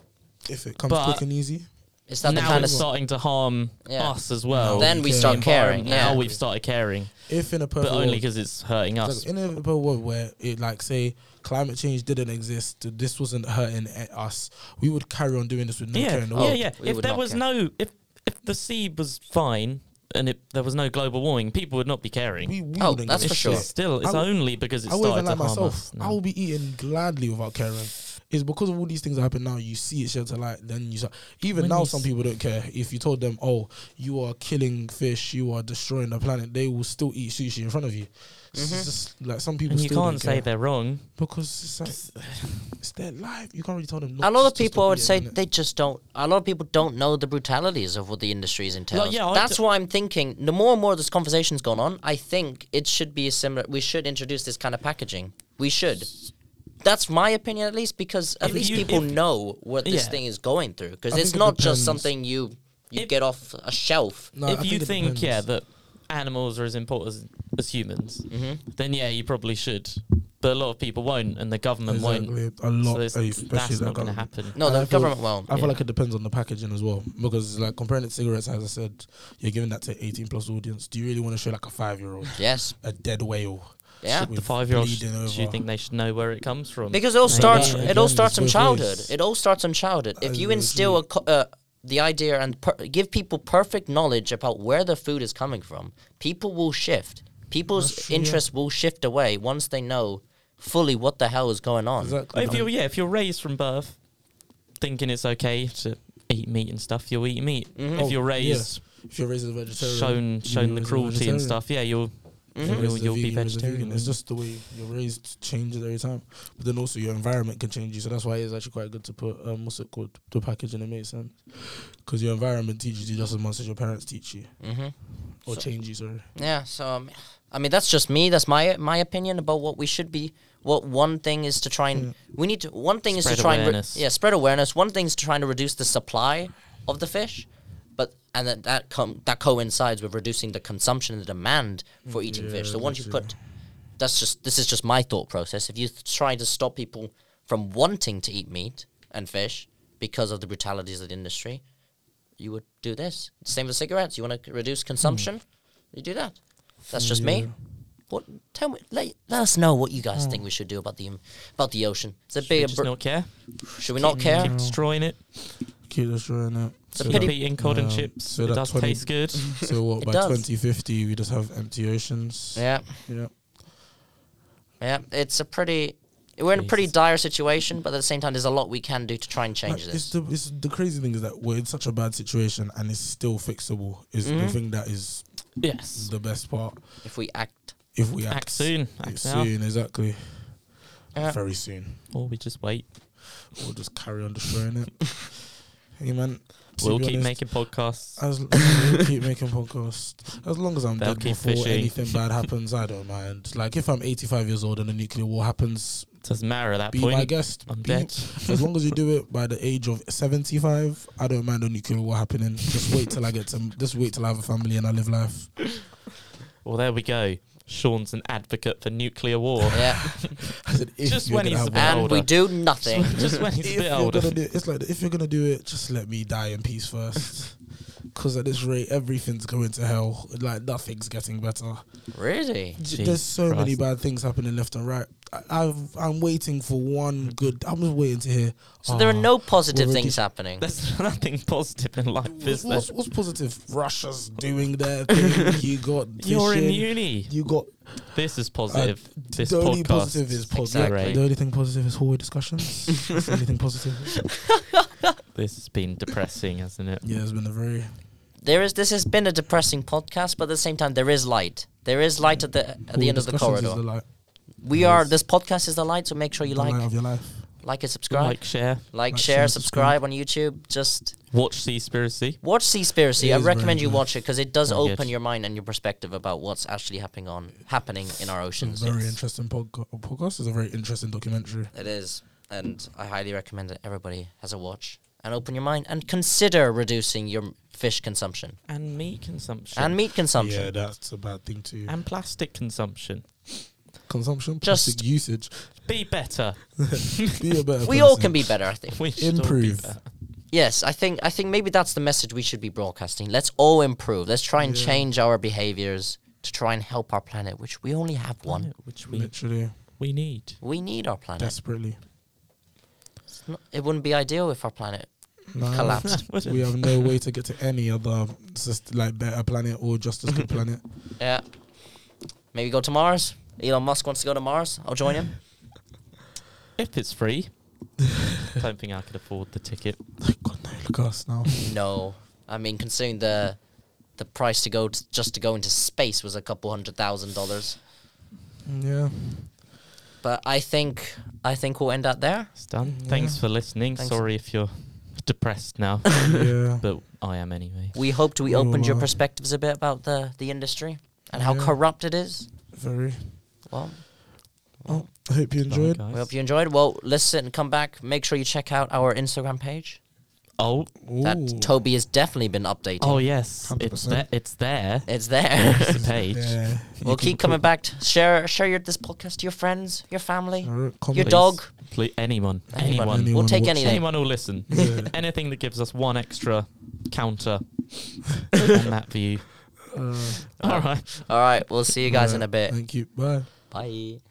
Speaker 3: If it comes
Speaker 1: but-
Speaker 3: quick and easy,
Speaker 2: Is that the
Speaker 1: now
Speaker 2: kind of
Speaker 1: it's
Speaker 2: stuff?
Speaker 1: starting to harm
Speaker 2: Yeah.
Speaker 1: us as well.
Speaker 3: Then
Speaker 2: Then we
Speaker 3: Yeah.
Speaker 2: start
Speaker 1: The
Speaker 2: caring.
Speaker 1: environment,
Speaker 2: Yeah.
Speaker 1: Now we've started caring,
Speaker 3: if in a
Speaker 1: but
Speaker 3: perfect
Speaker 1: only
Speaker 3: world,
Speaker 1: because it's hurting us.
Speaker 3: like, in a perfect world where it like say climate change didn't exist, this wasn't hurting eh, us, we would carry on doing this with no
Speaker 1: yeah,
Speaker 3: care in the
Speaker 1: yeah,
Speaker 3: world.
Speaker 1: yeah.
Speaker 2: We
Speaker 1: If
Speaker 2: would
Speaker 1: there
Speaker 2: not
Speaker 1: was
Speaker 2: care.
Speaker 1: no, if if the sea was fine and it, there was no global warming, people would not be caring.
Speaker 3: We, we
Speaker 2: Oh,
Speaker 3: wouldn't
Speaker 2: that's
Speaker 3: give
Speaker 1: it's
Speaker 2: for
Speaker 3: a
Speaker 2: sure.
Speaker 1: just
Speaker 3: shit.
Speaker 1: still, it's
Speaker 3: I w-
Speaker 1: only because it
Speaker 3: I
Speaker 1: started
Speaker 3: wouldn't
Speaker 1: to
Speaker 3: like
Speaker 1: harm
Speaker 3: myself.
Speaker 1: us.
Speaker 3: I
Speaker 1: No.
Speaker 3: will be eating gladly without caring. is because of all these things that happen now. You see it shed to light, then you start. Even
Speaker 1: When
Speaker 3: now,
Speaker 1: you
Speaker 3: some
Speaker 1: s-
Speaker 3: people don't care if you told them, "Oh, you are killing fish, you are destroying the planet." They will still eat sushi in front of you. It's
Speaker 2: Mhm.
Speaker 3: just like some
Speaker 1: Mm-hmm.
Speaker 3: people
Speaker 1: And you
Speaker 3: still
Speaker 1: can't
Speaker 3: don't care
Speaker 1: say they're wrong.
Speaker 3: because it's like it's their life. You can't really tell them. Not
Speaker 2: A lot of
Speaker 3: to stop
Speaker 2: people, I would
Speaker 3: eating,
Speaker 2: say,
Speaker 3: innit?
Speaker 2: they just don't. A lot of people don't know the brutalities of what the industries entails.
Speaker 1: yeah, I
Speaker 2: That's
Speaker 1: d-
Speaker 2: why I'm thinking the more and more this conversation's gone on, I think it should be a similar. We should introduce this kind of packaging. We should. That's my opinion, at least, because at
Speaker 1: If
Speaker 2: least
Speaker 1: you-
Speaker 2: people
Speaker 1: if-
Speaker 2: know what this
Speaker 1: yeah.
Speaker 2: thing is going through. Because
Speaker 3: I
Speaker 2: it's
Speaker 3: think it
Speaker 2: not just
Speaker 3: depends.
Speaker 2: something you you
Speaker 1: If-
Speaker 2: get off a shelf.
Speaker 3: No,
Speaker 1: if
Speaker 3: I
Speaker 1: you
Speaker 3: it
Speaker 1: think,
Speaker 3: depends.
Speaker 1: yeah, that animals are as important as, as humans,
Speaker 2: Mm-hmm.
Speaker 1: then yeah, you probably should. But a lot of people won't, and the government won't.
Speaker 3: exactly, a lot,
Speaker 1: So it's-
Speaker 3: eh, especially
Speaker 1: that's
Speaker 3: that
Speaker 1: not going to
Speaker 3: government.
Speaker 1: happen.
Speaker 2: No,
Speaker 3: And
Speaker 2: the
Speaker 3: I feel-
Speaker 2: government won't.
Speaker 3: I
Speaker 1: Yeah.
Speaker 3: feel like it depends on the packaging as well because like comparing it to cigarettes, as I said, you're giving that to 18 plus audience. Do you really want to show like a five year old
Speaker 2: Yes.
Speaker 3: a dead whale?
Speaker 2: Yeah.
Speaker 1: The
Speaker 3: with
Speaker 1: five-year-olds,
Speaker 3: bleeding over?
Speaker 1: do you think they should know where it comes from?
Speaker 2: Because it all
Speaker 1: Maybe.
Speaker 2: starts.
Speaker 3: Yeah,
Speaker 2: It all
Speaker 3: again,
Speaker 2: starts
Speaker 3: it's
Speaker 2: in
Speaker 3: both
Speaker 2: childhood.
Speaker 3: ways.
Speaker 2: It all starts in childhood. If
Speaker 3: I
Speaker 2: you
Speaker 3: agree.
Speaker 2: instill a, co- uh, the idea and per- give people perfect knowledge about where their food is coming from, people will shift.
Speaker 3: That's
Speaker 2: People's
Speaker 3: true, yeah.
Speaker 2: interests will shift away once they know fully what the hell is going on.
Speaker 3: Exactly.
Speaker 1: If you're yeah, if you're raised from birth thinking it's okay to eat meat and stuff, you'll eat meat.
Speaker 2: Mm-hmm.
Speaker 3: Oh,
Speaker 1: If you're
Speaker 3: yeah.
Speaker 1: raised,
Speaker 3: If you're raised as a vegetarian,
Speaker 1: shown
Speaker 3: you'll be
Speaker 1: shown the
Speaker 3: raised as a
Speaker 1: cruelty
Speaker 3: vegetarian.
Speaker 1: and stuff, yeah, you'll
Speaker 3: If
Speaker 2: Mm-hmm.
Speaker 3: you're
Speaker 1: you'll,
Speaker 3: raised as a
Speaker 1: you'll be
Speaker 3: vegan, you're raised as a
Speaker 1: vegetarian.
Speaker 3: vegan. It's just the way you're raised changes every time, but then also your environment can change you. So that's why it's actually quite good to put um, what's it called the packaging. It makes sense because your environment teaches you just as much as your parents teach you
Speaker 2: hmm
Speaker 3: or
Speaker 2: So-
Speaker 3: change you. Sorry.
Speaker 2: Yeah. So um, I mean, that's just me. That's my my opinion about what we should be. What one thing is to try and we need to. One thing is to
Speaker 1: Spread
Speaker 2: try
Speaker 1: awareness.
Speaker 2: and re- yeah spread awareness. One thing is to trying to reduce the supply of the fish, but and that that com- that coincides with reducing the consumption and the demand for eating fish.
Speaker 3: Yeah,
Speaker 2: So once you
Speaker 3: literally.
Speaker 2: put, that's just this is just my thought process. If you th- try to stop people from wanting to eat meat and fish because of the brutalities of the industry, you would do this. Same with cigarettes. You want to
Speaker 1: Hmm.
Speaker 2: reduce consumption, you do that. That's just
Speaker 3: Yeah.
Speaker 2: me. What? Tell me. Let, let us know what you guys think we should do about the about the ocean. It's a
Speaker 1: Hmm. We
Speaker 2: big.
Speaker 1: just
Speaker 2: br-
Speaker 1: not care.
Speaker 2: should we not care?
Speaker 1: Keep destroying it.
Speaker 3: Keep destroying it.
Speaker 2: a
Speaker 3: So
Speaker 1: Keep
Speaker 2: pity-
Speaker 3: that-
Speaker 1: eating cod and
Speaker 3: um,
Speaker 1: chips.
Speaker 3: so
Speaker 1: it
Speaker 3: that
Speaker 1: does
Speaker 3: 20
Speaker 1: taste good.
Speaker 3: So what?
Speaker 2: It
Speaker 3: by
Speaker 2: does.
Speaker 3: 2050, we just have empty oceans.
Speaker 2: Yeah,
Speaker 3: Yeah.
Speaker 2: yeah. It's a pretty. We're in a pretty
Speaker 1: Jesus.
Speaker 2: dire situation, but at the same time, there's a lot we can do to try and change
Speaker 3: Like, It's
Speaker 2: this.
Speaker 3: the, it's the crazy thing is that we're in such a bad situation and it's still fixable. Is
Speaker 1: Mm-hmm.
Speaker 3: the
Speaker 2: Mhm.
Speaker 3: thing that is
Speaker 1: yes.
Speaker 3: the best part.
Speaker 2: If we act,
Speaker 3: If we act,
Speaker 1: Act soon. Act
Speaker 3: It's
Speaker 1: now.
Speaker 3: soon, exactly.
Speaker 2: Yeah.
Speaker 3: Very soon.
Speaker 1: Or we just wait.
Speaker 3: We'll just carry on destroying it. hey man. to
Speaker 1: we'll
Speaker 3: be
Speaker 1: keep
Speaker 3: honest,
Speaker 1: making podcasts.
Speaker 3: As we'll keep making podcasts, as long as I'm
Speaker 1: They'll
Speaker 3: dead
Speaker 1: keep
Speaker 3: before
Speaker 1: fishing.
Speaker 3: anything bad happens, I don't mind. Like if I'm 85 years old and a nuclear war happens,
Speaker 1: Doesn't matter at that
Speaker 3: be my
Speaker 1: point.
Speaker 3: guest.
Speaker 1: I'm
Speaker 3: Be-
Speaker 1: dead.
Speaker 3: As long as you do it by the age of 75, I don't mind a nuclear war happening. Just wait till I get to, just wait till I have a family and I live life.
Speaker 1: Well, there we go. Sean's an advocate for nuclear war.
Speaker 2: yeah,
Speaker 3: I said, if
Speaker 1: Just
Speaker 3: you're
Speaker 1: when
Speaker 3: gonna
Speaker 1: he's
Speaker 3: have
Speaker 1: Well,
Speaker 3: one.
Speaker 2: and
Speaker 1: older.
Speaker 2: we do nothing.
Speaker 1: just when he's a
Speaker 3: If
Speaker 1: bit
Speaker 3: you're
Speaker 1: older.
Speaker 3: gonna do it, it's like, if you're going to do it, just let me die in peace first. Because at this rate, everything's going to hell. Like, nothing's getting better.
Speaker 2: really?
Speaker 3: J
Speaker 1: Jesus
Speaker 3: There's so many
Speaker 1: Christ.
Speaker 3: bad things happening left and right. I, I've, I'm waiting for one good. I'm just waiting to hear.
Speaker 2: So there are
Speaker 3: "Ah,
Speaker 2: no positive
Speaker 3: we're
Speaker 2: things happening.
Speaker 1: There's nothing positive in life, is
Speaker 3: What's,
Speaker 1: there?
Speaker 3: what's, what's positive? Russia's doing their thing. you got
Speaker 1: You're in
Speaker 3: fishing.
Speaker 1: uni.
Speaker 3: You got
Speaker 1: This is positive. this
Speaker 3: the only
Speaker 1: podcast.
Speaker 3: positive is positive.
Speaker 1: Exactly.
Speaker 3: The only thing positive is hallway discussions. That's the only thing positive.
Speaker 1: This has been depressing, hasn't it?
Speaker 3: Yeah, it's been a very
Speaker 2: There is. This has been a depressing podcast, but at the same time, there is light. There is light at the at the
Speaker 3: hallway
Speaker 2: end of the
Speaker 3: discussions is
Speaker 2: corridor.
Speaker 3: the light,
Speaker 2: We are. This podcast is the light, so make sure you
Speaker 3: the
Speaker 2: like,
Speaker 3: light
Speaker 2: like,
Speaker 3: of your life.
Speaker 2: and subscribe, like,
Speaker 1: Like, share,
Speaker 3: like,
Speaker 2: share,
Speaker 3: share,
Speaker 2: subscribe on YouTube. Just
Speaker 1: watch Seaspiracy.
Speaker 2: watch
Speaker 3: It
Speaker 2: Seaspiracy. I
Speaker 3: is very
Speaker 2: recommend you
Speaker 3: good.
Speaker 2: watch it because it does
Speaker 1: Very good.
Speaker 2: open your mind and your perspective about what's actually happening on happening in our
Speaker 3: It's a
Speaker 2: oceans.
Speaker 3: very
Speaker 2: It's-
Speaker 3: interesting podcast. Podcast is a very interesting documentary.
Speaker 2: It is, and I highly recommend that everybody has a watch and open your mind and consider reducing your fish consumption
Speaker 1: And meat consumption.
Speaker 2: and meat consumption.
Speaker 3: Yeah, that's a bad thing too.
Speaker 1: And plastic consumption.
Speaker 3: Consumption,
Speaker 2: Just-
Speaker 3: plastic usage.
Speaker 1: Be better.
Speaker 3: Be a better.
Speaker 2: We all
Speaker 3: person.
Speaker 2: can be better, I think.
Speaker 1: We should all be
Speaker 3: Improve.
Speaker 1: better.
Speaker 2: Yes, I think I think maybe that's the message we should be broadcasting. Let's all improve. Let's try and
Speaker 3: Yeah.
Speaker 2: change our behaviors to try and help our planet, which we only have one.
Speaker 1: Which we,
Speaker 3: literally
Speaker 1: we need.
Speaker 2: We need our planet.
Speaker 3: desperately.
Speaker 2: It's not- it wouldn't be ideal if our planet
Speaker 3: No,
Speaker 2: collapsed.
Speaker 3: We have no way to get to any other just like better planet or just as good planet.
Speaker 2: yeah. Maybe go to Mars. Elon Musk wants to go to Mars. I'll join him.
Speaker 1: If it's free. don't think I could afford the ticket.
Speaker 3: God, no, look at us now.
Speaker 2: No, I mean considering the the price to go to, just to go into space was a couple hundred thousand dollars.
Speaker 3: yeah.
Speaker 2: But I think I think we'll end up there.
Speaker 1: It's done.
Speaker 3: Yeah.
Speaker 1: Thanks for listening.
Speaker 2: Thanks.
Speaker 1: Sorry if you're depressed now,
Speaker 3: yeah.
Speaker 1: but I am anyway.
Speaker 2: We hoped we
Speaker 3: Yeah,
Speaker 2: opened your
Speaker 3: well.
Speaker 2: perspectives a bit about the the industry and how
Speaker 3: Yeah.
Speaker 2: corrupt it is.
Speaker 3: Very.
Speaker 2: Well,
Speaker 3: Oh, I hope you
Speaker 1: Bye,
Speaker 3: enjoyed.
Speaker 1: guys.
Speaker 2: we hope you enjoyed. Well, listen, come back. Make sure you check out our Instagram page.
Speaker 1: Oh,
Speaker 3: Ooh.
Speaker 2: That Toby has definitely been updating.
Speaker 1: oh yes, it's
Speaker 3: 100%.
Speaker 1: there. It's there.
Speaker 2: It's there.
Speaker 1: It's the page.
Speaker 3: Yeah.
Speaker 2: we'll keep coming back. To share share your, this podcast to your friends, your family,
Speaker 3: Alright,
Speaker 2: your
Speaker 3: comment.
Speaker 2: dog.
Speaker 1: Please, anyone,
Speaker 2: Anyone.
Speaker 1: anyone,
Speaker 3: Anyone
Speaker 1: anyone,
Speaker 2: We'll take
Speaker 3: watch-
Speaker 2: any name.
Speaker 1: will listen.
Speaker 3: Yeah.
Speaker 1: Anything that gives us one extra counter on that view.
Speaker 3: Uh,
Speaker 1: All right.
Speaker 2: All right, we'll see you guys in
Speaker 3: alright,
Speaker 2: a bit.
Speaker 3: Thank you. Bye.
Speaker 2: Bye.